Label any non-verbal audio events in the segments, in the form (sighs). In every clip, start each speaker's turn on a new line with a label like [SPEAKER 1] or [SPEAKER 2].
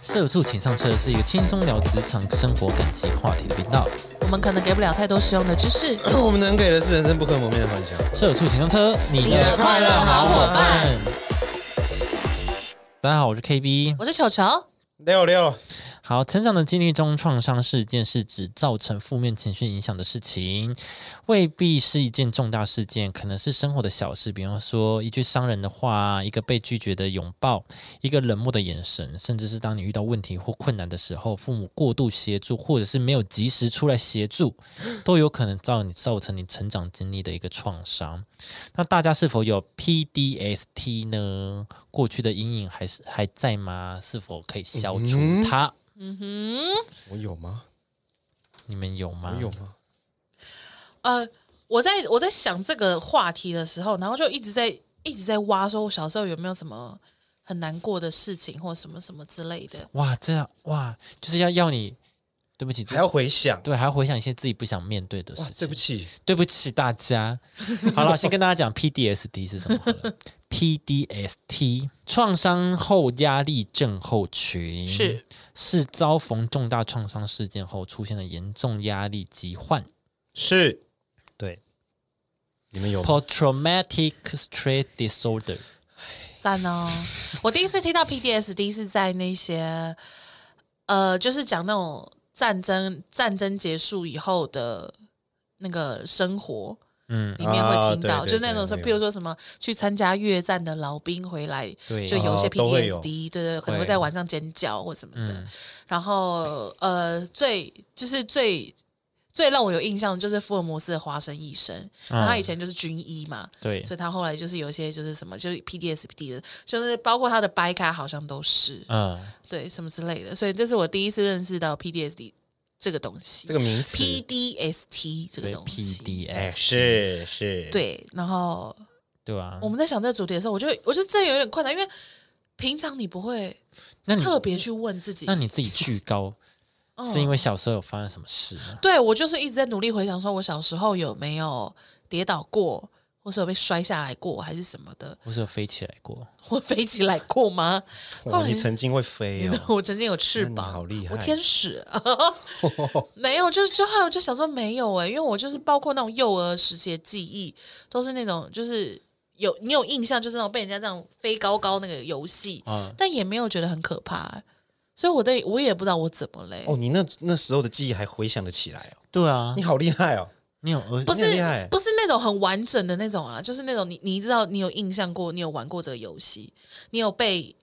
[SPEAKER 1] 社畜请上车是一个轻松聊职场、生活、感情话题的频道。
[SPEAKER 2] 我们可能给不了太多实用的知识。
[SPEAKER 3] 我们能给的是人生不可磨灭的幻想。
[SPEAKER 1] 社畜请上车，你
[SPEAKER 2] 你
[SPEAKER 1] 的
[SPEAKER 2] 的
[SPEAKER 1] 快
[SPEAKER 2] 快
[SPEAKER 1] 乐
[SPEAKER 2] 乐
[SPEAKER 1] 好
[SPEAKER 2] 好
[SPEAKER 1] 伙
[SPEAKER 2] 伙
[SPEAKER 1] 伴
[SPEAKER 2] 伴。
[SPEAKER 1] 大家好，我是 KB。
[SPEAKER 2] 我是球球，
[SPEAKER 3] 六六，
[SPEAKER 1] 好，成长的经历中，创伤事件是指造成负面情绪影响的事情，未必是一件重大事件，可能是生活的小事，比方说一句伤人的话，一个被拒绝的拥抱，一个冷漠的眼神，甚至是当你遇到问题或困难的时候，父母过度协助，或者是没有及时出来协助，都有可能造你造成你成长经历的一个创伤。那大家是否有 PDST 呢？过去的阴影还是还在吗？是否可以消除它？
[SPEAKER 3] 我有吗？
[SPEAKER 1] 你们有
[SPEAKER 3] 我
[SPEAKER 1] 吗？
[SPEAKER 3] 有吗？
[SPEAKER 2] 呃，我在我在想这个话题的时候，然后就一直在一直在挖，说我小时候有没有什么很难过的事情，或什么什么之类的。
[SPEAKER 1] 哇，这样哇，就是要要你，对不起，这
[SPEAKER 3] 还要回想。
[SPEAKER 1] 对，还要回想一些自己不想面对的事
[SPEAKER 3] 哇
[SPEAKER 1] 情。，
[SPEAKER 3] 对不，起，
[SPEAKER 1] 对不起大家。好了，先跟大家讲 PDSD 是什么好了 PDST 创伤后压力症候群
[SPEAKER 2] 是
[SPEAKER 1] 是遭逢重大创伤事件后出现的严重压力疾患。
[SPEAKER 3] 是
[SPEAKER 1] 对
[SPEAKER 3] 你们有吗？
[SPEAKER 1] ，Post Traumatic Stress Disorder。
[SPEAKER 2] 赞哦！我第一次听到 PDSD 是在那些呃，就是讲那种战争战争结束以后的那个生活。
[SPEAKER 1] 嗯，
[SPEAKER 2] 里面会听
[SPEAKER 3] 啊
[SPEAKER 2] 到，
[SPEAKER 3] 对
[SPEAKER 2] 就
[SPEAKER 3] 对
[SPEAKER 2] 那种说，
[SPEAKER 3] 对
[SPEAKER 2] 比如说什么去参加越战的老兵回来，
[SPEAKER 1] 对
[SPEAKER 2] 就有一些
[SPEAKER 3] 哦都会有
[SPEAKER 2] PTSD，、对对，可能
[SPEAKER 1] 会
[SPEAKER 2] 会在晚上尖叫或什么的。
[SPEAKER 1] 嗯
[SPEAKER 2] 然后呃，最就是最最让我有印象的就是福尔摩斯的华生医生，然
[SPEAKER 3] 嗯
[SPEAKER 2] 后他以前就是军医嘛，
[SPEAKER 1] 对，
[SPEAKER 2] 所以他后来就是有一些就是什么就是 PTSD 的，就是包括他的掰开好像都是、
[SPEAKER 1] 嗯，
[SPEAKER 2] 对什么之类的，所以这是我第一次认识到 PTSD 这个东西，
[SPEAKER 3] 这个名词
[SPEAKER 2] PDST 这个
[SPEAKER 1] 对
[SPEAKER 2] 东西。
[SPEAKER 3] 哎，
[SPEAKER 1] PDS，
[SPEAKER 3] 是是，，
[SPEAKER 2] 对，然后
[SPEAKER 1] 对啊
[SPEAKER 2] 我。们在想这个主题的时候，我就我就这有点困难，因为平常你不会
[SPEAKER 3] 嗯
[SPEAKER 1] 那你
[SPEAKER 2] 特别去问自己。
[SPEAKER 1] 那你自己巨高，
[SPEAKER 2] (laughs) 嗯
[SPEAKER 1] 是因为小时候有发生什么事吗？
[SPEAKER 2] 对我就是一直在努力回想，说我小时候有没有跌倒过，或是有被摔下来过，还是什么的，
[SPEAKER 1] 或是有飞起来过？
[SPEAKER 2] 我飞起来过吗？
[SPEAKER 3] 哇，你曾经会飞哦，
[SPEAKER 2] (laughs) 我曾经有翅
[SPEAKER 3] 那你
[SPEAKER 2] 膀，
[SPEAKER 3] 好厉
[SPEAKER 2] 我
[SPEAKER 3] 害
[SPEAKER 2] 天使。啊 (laughs) 没有，就是就后来我就想说没有哎、因为我就是包括那种幼儿时期的记忆，都是那种就是有你有印象，就是那种被人家这样飞高高那个游戏，
[SPEAKER 3] 哦
[SPEAKER 1] 嗯
[SPEAKER 2] 但也没有觉得很可怕、欸所以我对我也不知道我怎么欸嘞、
[SPEAKER 3] 哦，你那那时候的记忆还回想得起来哦，
[SPEAKER 1] 对啊
[SPEAKER 3] 你，好厉害哦，
[SPEAKER 1] 你有呃儿
[SPEAKER 2] 不
[SPEAKER 3] 你
[SPEAKER 2] 是
[SPEAKER 3] 很厉害
[SPEAKER 2] 不是那种很完整的那种啊，就是那种你你知道你有印象过，你有玩过这个游戏，你有被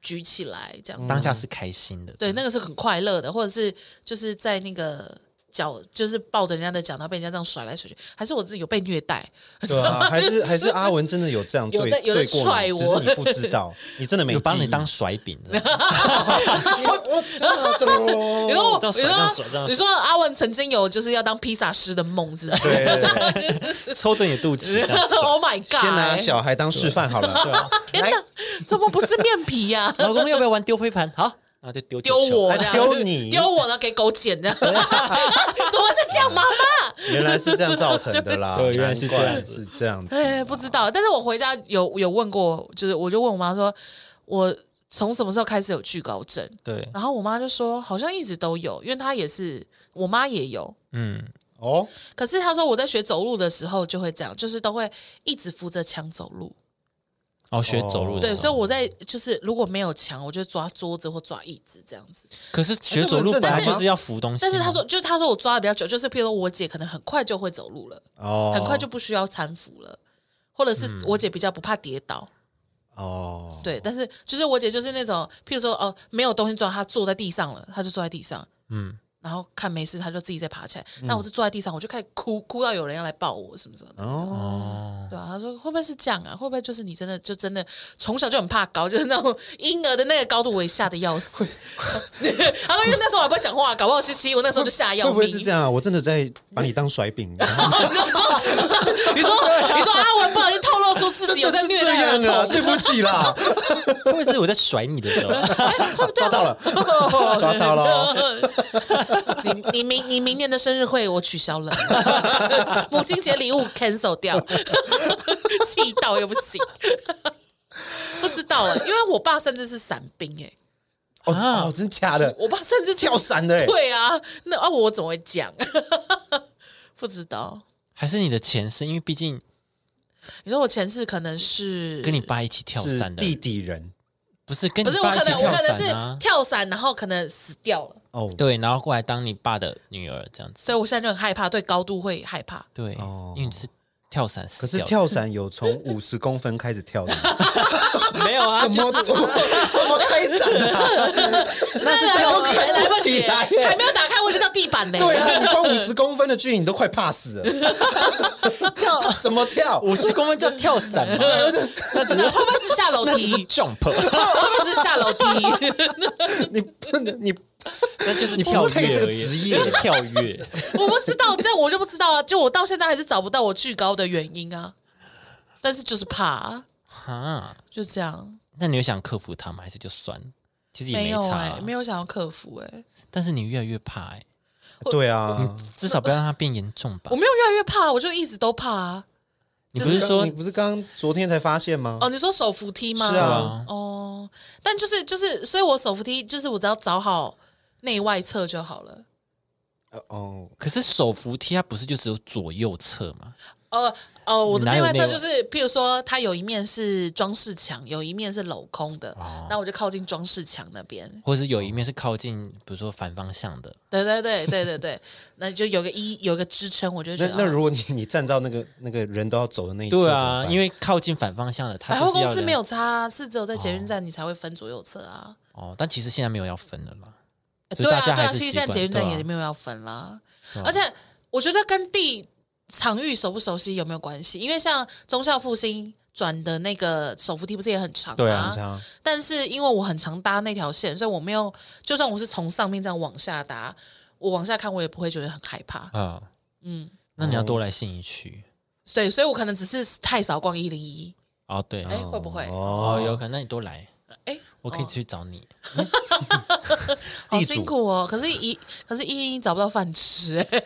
[SPEAKER 2] 举起来这样子，
[SPEAKER 1] 嗯当下是开心的，
[SPEAKER 2] 对，那个是很快乐的，或者是就是在那个脚就是抱着人家的脚，然后被人家这样甩来甩去，还是我自己有被虐待，
[SPEAKER 3] 对啊，还是还是阿文真的有这样对
[SPEAKER 2] 有在有在
[SPEAKER 3] 对过
[SPEAKER 2] 踹
[SPEAKER 3] 你
[SPEAKER 2] 我
[SPEAKER 3] 只是你不知道，你真的没
[SPEAKER 1] 有把
[SPEAKER 3] 记
[SPEAKER 1] 你
[SPEAKER 3] 忆
[SPEAKER 1] 当甩饼的，
[SPEAKER 3] 我我真的
[SPEAKER 2] 你说我，
[SPEAKER 1] 哦这样甩这
[SPEAKER 2] 你
[SPEAKER 1] 样甩这样
[SPEAKER 2] 啊说，你说阿文曾经有就是要当披萨师的梦，是不是 (laughs)
[SPEAKER 3] 对对对，
[SPEAKER 1] 抽着你的肚脐这样。
[SPEAKER 2] ？Oh my
[SPEAKER 3] 先拿
[SPEAKER 2] god！
[SPEAKER 3] 小孩当示范好了，
[SPEAKER 2] 天哪，怎么不是面皮呀、
[SPEAKER 1] 老公要不要玩丢飞盘？ (laughs) 好，然后就 (laughs) 丢
[SPEAKER 2] 丢
[SPEAKER 1] 球球
[SPEAKER 2] 我
[SPEAKER 3] 还
[SPEAKER 2] 的，
[SPEAKER 3] 丢你
[SPEAKER 2] 丢我的给狗
[SPEAKER 1] (laughs)
[SPEAKER 2] 捡的， (laughs) 怎么会是这样，妈妈？
[SPEAKER 3] 原来是这样造成的啦，
[SPEAKER 1] (laughs) 对对原来是这样子
[SPEAKER 3] 难怪是这样子，
[SPEAKER 2] 哎，不知道。但是我回家有有问过，就是我就问我妈说，我从什么时候开始有惧高症？
[SPEAKER 1] 对，
[SPEAKER 2] 然后我妈就说，好像一直都有，因为她也是，我妈也有。
[SPEAKER 1] 嗯，
[SPEAKER 3] 哦，
[SPEAKER 2] 可是她说我在学走路的时候就会这样，就是都会一直扶着墙走路。
[SPEAKER 1] 哦，学走路的
[SPEAKER 2] 对，
[SPEAKER 1] 时
[SPEAKER 2] 所以
[SPEAKER 1] 候
[SPEAKER 2] 我在就是如果没有墙，我就抓桌子或抓椅子这样子。
[SPEAKER 1] 可是学走路
[SPEAKER 3] 这
[SPEAKER 1] 本
[SPEAKER 3] 不
[SPEAKER 1] 来
[SPEAKER 3] 是
[SPEAKER 1] 就是要扶东西嘛，
[SPEAKER 2] 但是她说，就是她说我抓的比较久，就是譬如说我姐可能很快就会走路了，
[SPEAKER 3] 哦，
[SPEAKER 2] 很快就不需要搀扶了，或者是我姐比较不怕跌倒。
[SPEAKER 3] 哦，
[SPEAKER 2] 对，但是就是我姐就是那种，譬如说哦，没有东西抓，她坐在地上了，她就坐在地上，
[SPEAKER 1] 嗯，
[SPEAKER 2] 然后看没事，她就自己再爬起来。
[SPEAKER 3] 嗯
[SPEAKER 2] 那我是坐在地上，我就开始哭，哭到有人要来抱我什么什么的。
[SPEAKER 3] 哦，
[SPEAKER 1] 哦，
[SPEAKER 2] 对啊，她说会不会是这样啊？会不会就是你真的就真的从小就很怕高，就是那种婴儿的那个高度，我也吓得要死。 (laughs) 她说因为那时候我还不会讲话，搞不好是其实我那时候就吓得要
[SPEAKER 3] 会
[SPEAKER 2] 命。
[SPEAKER 3] 不会是这样啊？我真的在把你当甩
[SPEAKER 2] (laughs)
[SPEAKER 3] 饼，
[SPEAKER 2] 你说 (laughs) 你说阿文不小心透露出自己有在虐待儿
[SPEAKER 3] 真的是 (laughs) 这样啊
[SPEAKER 2] 童，
[SPEAKER 3] 对不起啦，
[SPEAKER 1] (laughs)
[SPEAKER 3] (laughs)
[SPEAKER 1] 会不会是我在甩你的时候？ (laughs)
[SPEAKER 3] 抓到了，
[SPEAKER 2] (laughs)
[SPEAKER 3] 抓到了哦，
[SPEAKER 2] 你你明你明年的生日会我取消了， (laughs) 母亲节礼物 cancel 掉， (laughs) 气欸到又不行。不知道哎、因为我爸甚至是伞兵哎、
[SPEAKER 3] 哦
[SPEAKER 1] 啊
[SPEAKER 3] 哦，真假的，
[SPEAKER 2] 我爸甚至
[SPEAKER 3] 跳伞的欸，
[SPEAKER 2] 对啊，那啊我怎么会讲？ (laughs) 不知道。
[SPEAKER 1] 还是你的前世？因为毕竟
[SPEAKER 2] 你说我前世可能是
[SPEAKER 1] 跟你爸一起跳
[SPEAKER 3] 是
[SPEAKER 1] 伞的，
[SPEAKER 3] 地底人
[SPEAKER 1] 不是跟你
[SPEAKER 2] 不是我
[SPEAKER 1] 爸一
[SPEAKER 2] 可
[SPEAKER 1] 起
[SPEAKER 2] 能我
[SPEAKER 1] 跳
[SPEAKER 2] 可能
[SPEAKER 1] 伞
[SPEAKER 2] 是
[SPEAKER 1] 啊？
[SPEAKER 2] 跳伞，然后可能死掉了，
[SPEAKER 3] 哦
[SPEAKER 1] 对，然后过来当你爸的女儿这样子。
[SPEAKER 2] 所以我现在就很害怕，对高度会害怕。
[SPEAKER 1] 对，
[SPEAKER 3] 哦
[SPEAKER 1] 因为你是跳伞死
[SPEAKER 3] 可是
[SPEAKER 1] 掉的
[SPEAKER 3] 跳伞有从五十公分开始
[SPEAKER 2] (laughs)
[SPEAKER 3] 跳的，
[SPEAKER 1] 没有 (laughs) 啊？
[SPEAKER 3] 怎
[SPEAKER 1] 就
[SPEAKER 3] 么怎么怎么开伞啊？
[SPEAKER 2] (laughs)
[SPEAKER 3] 那是
[SPEAKER 2] 来
[SPEAKER 3] 跳
[SPEAKER 2] 不及，来不及，
[SPEAKER 3] 来
[SPEAKER 2] 还没有打开我就到地板呢。
[SPEAKER 3] 对啊，你光五十公分的距离你都快怕死了，跳 (laughs) 怎么跳？
[SPEAKER 1] 五十公分叫跳伞 (laughs) 吗？
[SPEAKER 2] 那会不会是下楼
[SPEAKER 1] 那只啊是
[SPEAKER 2] 梯？
[SPEAKER 1] jump， (laughs)
[SPEAKER 2] 会不会是下楼梯？ (laughs)
[SPEAKER 3] 你不能你
[SPEAKER 1] 那就是
[SPEAKER 3] 你不
[SPEAKER 1] 跳
[SPEAKER 3] 配
[SPEAKER 1] 跃
[SPEAKER 3] 这个
[SPEAKER 1] 而已
[SPEAKER 3] 职业
[SPEAKER 1] 那是跳跃。 (laughs)
[SPEAKER 2] 我不知道，这我就不知道啊。就我到现在还是找不到我巨高的原因啊。但是就是怕、啊，
[SPEAKER 1] 哈，
[SPEAKER 2] 就这样，
[SPEAKER 1] 那你有想克服它吗？还是就算了？其实也
[SPEAKER 2] 没有
[SPEAKER 1] 差
[SPEAKER 2] 哎、
[SPEAKER 1] 啊，
[SPEAKER 2] 没有想要克服哎、
[SPEAKER 1] 但是你越来越怕哎，
[SPEAKER 3] 对啊，
[SPEAKER 1] 至少不要让它变严重吧
[SPEAKER 2] 我。没有越来越怕，我就一直都怕啊。
[SPEAKER 1] 你
[SPEAKER 2] 就
[SPEAKER 1] 不是
[SPEAKER 3] 刚
[SPEAKER 1] 说
[SPEAKER 3] 你不是刚昨天才发现吗？
[SPEAKER 2] 哦，你说手扶梯吗？
[SPEAKER 3] 是啊，
[SPEAKER 1] 啊
[SPEAKER 2] 哦，但就是就是，所以我手扶梯就是我只要找好内外侧就好了。
[SPEAKER 3] 呃哦，
[SPEAKER 1] 可是手扶梯它不是就只有左右侧吗？
[SPEAKER 2] 呃呃，我的
[SPEAKER 1] 哪
[SPEAKER 2] 内
[SPEAKER 1] 有
[SPEAKER 2] 外侧
[SPEAKER 1] 内
[SPEAKER 2] 就
[SPEAKER 1] 外
[SPEAKER 2] 是，譬如说它有一面是装饰墙，有一面是镂空的，
[SPEAKER 1] 哦
[SPEAKER 2] 那、我就靠近装饰墙那边。
[SPEAKER 1] 或者是有一面是靠近，比如说反方向的，
[SPEAKER 2] 对对对对对对，那就有个一有个支撑，我就
[SPEAKER 3] 那
[SPEAKER 2] 觉得
[SPEAKER 3] 那
[SPEAKER 2] 哦
[SPEAKER 3] 如果你你站到那个那个人都要走的那一侧
[SPEAKER 1] 对
[SPEAKER 3] 怎么
[SPEAKER 1] 啊，
[SPEAKER 3] 办
[SPEAKER 1] 因为靠近反方向的，哦它
[SPEAKER 2] 百
[SPEAKER 1] 就是
[SPEAKER 2] 货公
[SPEAKER 1] 要
[SPEAKER 2] 司
[SPEAKER 1] 人
[SPEAKER 2] 没有差啊，是只有在捷运站你才会分左右侧啊。
[SPEAKER 1] 哦，但其实现在没有要分了啦。
[SPEAKER 2] 欸
[SPEAKER 1] 所以
[SPEAKER 2] 对啊，
[SPEAKER 1] 大家
[SPEAKER 2] 对啊，
[SPEAKER 1] 还是
[SPEAKER 2] 其实
[SPEAKER 1] 习
[SPEAKER 2] 现在
[SPEAKER 1] 惯
[SPEAKER 2] 捷运站
[SPEAKER 1] 对啊
[SPEAKER 2] 也没有要分啦。
[SPEAKER 1] 对啊
[SPEAKER 2] 而且我觉得跟地场域熟不熟悉有没有关系？因为像中校复兴转的那个手扶梯不是也很长
[SPEAKER 1] 对啊
[SPEAKER 2] 吗？
[SPEAKER 3] 很长
[SPEAKER 2] 但是因为我很常搭那条线，所以我没有，就算我是从上面这样往下搭，我往下看我也不会觉得很害怕。
[SPEAKER 1] 啊，
[SPEAKER 2] 嗯，
[SPEAKER 1] 那
[SPEAKER 3] 哦
[SPEAKER 1] 你要多来信义区
[SPEAKER 2] 对，所以我可能只是太少逛一零一，
[SPEAKER 1] 哦，对，
[SPEAKER 2] 哎，会不会？
[SPEAKER 1] 哦，有
[SPEAKER 3] 哦，
[SPEAKER 1] 可能，那你多来，
[SPEAKER 2] 哎，
[SPEAKER 1] 我可以
[SPEAKER 2] 哦
[SPEAKER 1] 去找你。
[SPEAKER 2] 好
[SPEAKER 3] 地主
[SPEAKER 2] 辛苦哦。可是一，可是一零一找不到饭吃， (laughs) 哎，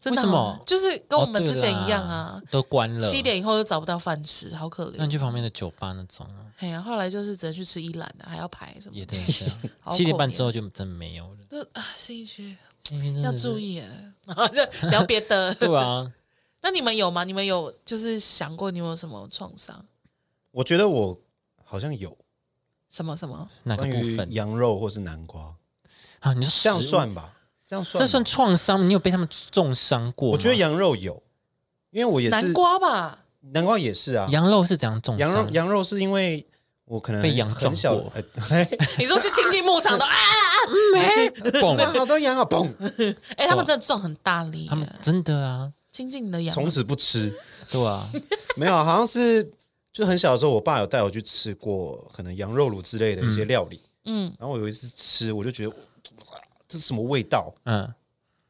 [SPEAKER 2] 真的
[SPEAKER 1] 为什么
[SPEAKER 2] 好就是跟我们
[SPEAKER 1] 哦对
[SPEAKER 2] 之前
[SPEAKER 1] 啦
[SPEAKER 2] 一样啊。
[SPEAKER 1] 都关了
[SPEAKER 2] 七。点以后就找不到饭吃，好可
[SPEAKER 1] 那
[SPEAKER 2] 怜
[SPEAKER 1] 你。去旁边的酒吧那种啊，
[SPEAKER 2] 哎呀，后来就是只能去吃一兰啊的，还要排什么
[SPEAKER 1] 也
[SPEAKER 2] 的。
[SPEAKER 1] 真的是啊
[SPEAKER 2] (laughs) 好
[SPEAKER 1] 七点半
[SPEAKER 2] 可怜
[SPEAKER 1] 之后就真没有了。
[SPEAKER 2] 都啊，新一区
[SPEAKER 1] 今天真
[SPEAKER 2] 要
[SPEAKER 1] 的是
[SPEAKER 2] 注意耶， (laughs) 然后就聊别的。
[SPEAKER 1] (laughs) 对啊，
[SPEAKER 2] 那你们有吗？你们有就是想过你们有什么创伤？
[SPEAKER 3] 我觉得我好像有
[SPEAKER 2] 什么什么？
[SPEAKER 1] 哪个
[SPEAKER 3] 关
[SPEAKER 1] 部
[SPEAKER 3] 于
[SPEAKER 1] 分
[SPEAKER 3] 羊肉或是南瓜，
[SPEAKER 1] 啊？你
[SPEAKER 3] 这
[SPEAKER 1] 说
[SPEAKER 3] 样
[SPEAKER 1] 食物
[SPEAKER 3] 算吧，这样算吧，
[SPEAKER 1] 这算创伤？你有被他们重伤过吗？
[SPEAKER 3] 我觉得羊肉有，因为我也是
[SPEAKER 2] 南瓜吧？
[SPEAKER 1] (laughs)
[SPEAKER 3] 南瓜也是啊，
[SPEAKER 1] 羊肉是怎样重
[SPEAKER 3] 羊
[SPEAKER 1] 伤
[SPEAKER 3] 肉？羊肉是因为我可能
[SPEAKER 1] 被
[SPEAKER 3] 很
[SPEAKER 1] 羊撞
[SPEAKER 3] 很小
[SPEAKER 1] 过，
[SPEAKER 3] 哎，
[SPEAKER 2] 你说去亲近牧场都啊？
[SPEAKER 1] 蹦，
[SPEAKER 3] (laughs) 哇，好多羊啊，嘣，
[SPEAKER 2] 哎，他们真的撞很大力耶
[SPEAKER 1] 啊他，们真的啊，
[SPEAKER 2] 亲近你的
[SPEAKER 3] 从
[SPEAKER 2] 羊。
[SPEAKER 3] 此
[SPEAKER 1] (laughs)
[SPEAKER 3] 不吃。
[SPEAKER 1] 对啊，
[SPEAKER 3] 没有，好像是就很小的时候，我爸有带我去吃过可能羊肉卤之类的一些料理，
[SPEAKER 2] 嗯，
[SPEAKER 3] 然后我有一次吃，我就觉得哇这是什么味道，
[SPEAKER 1] 嗯，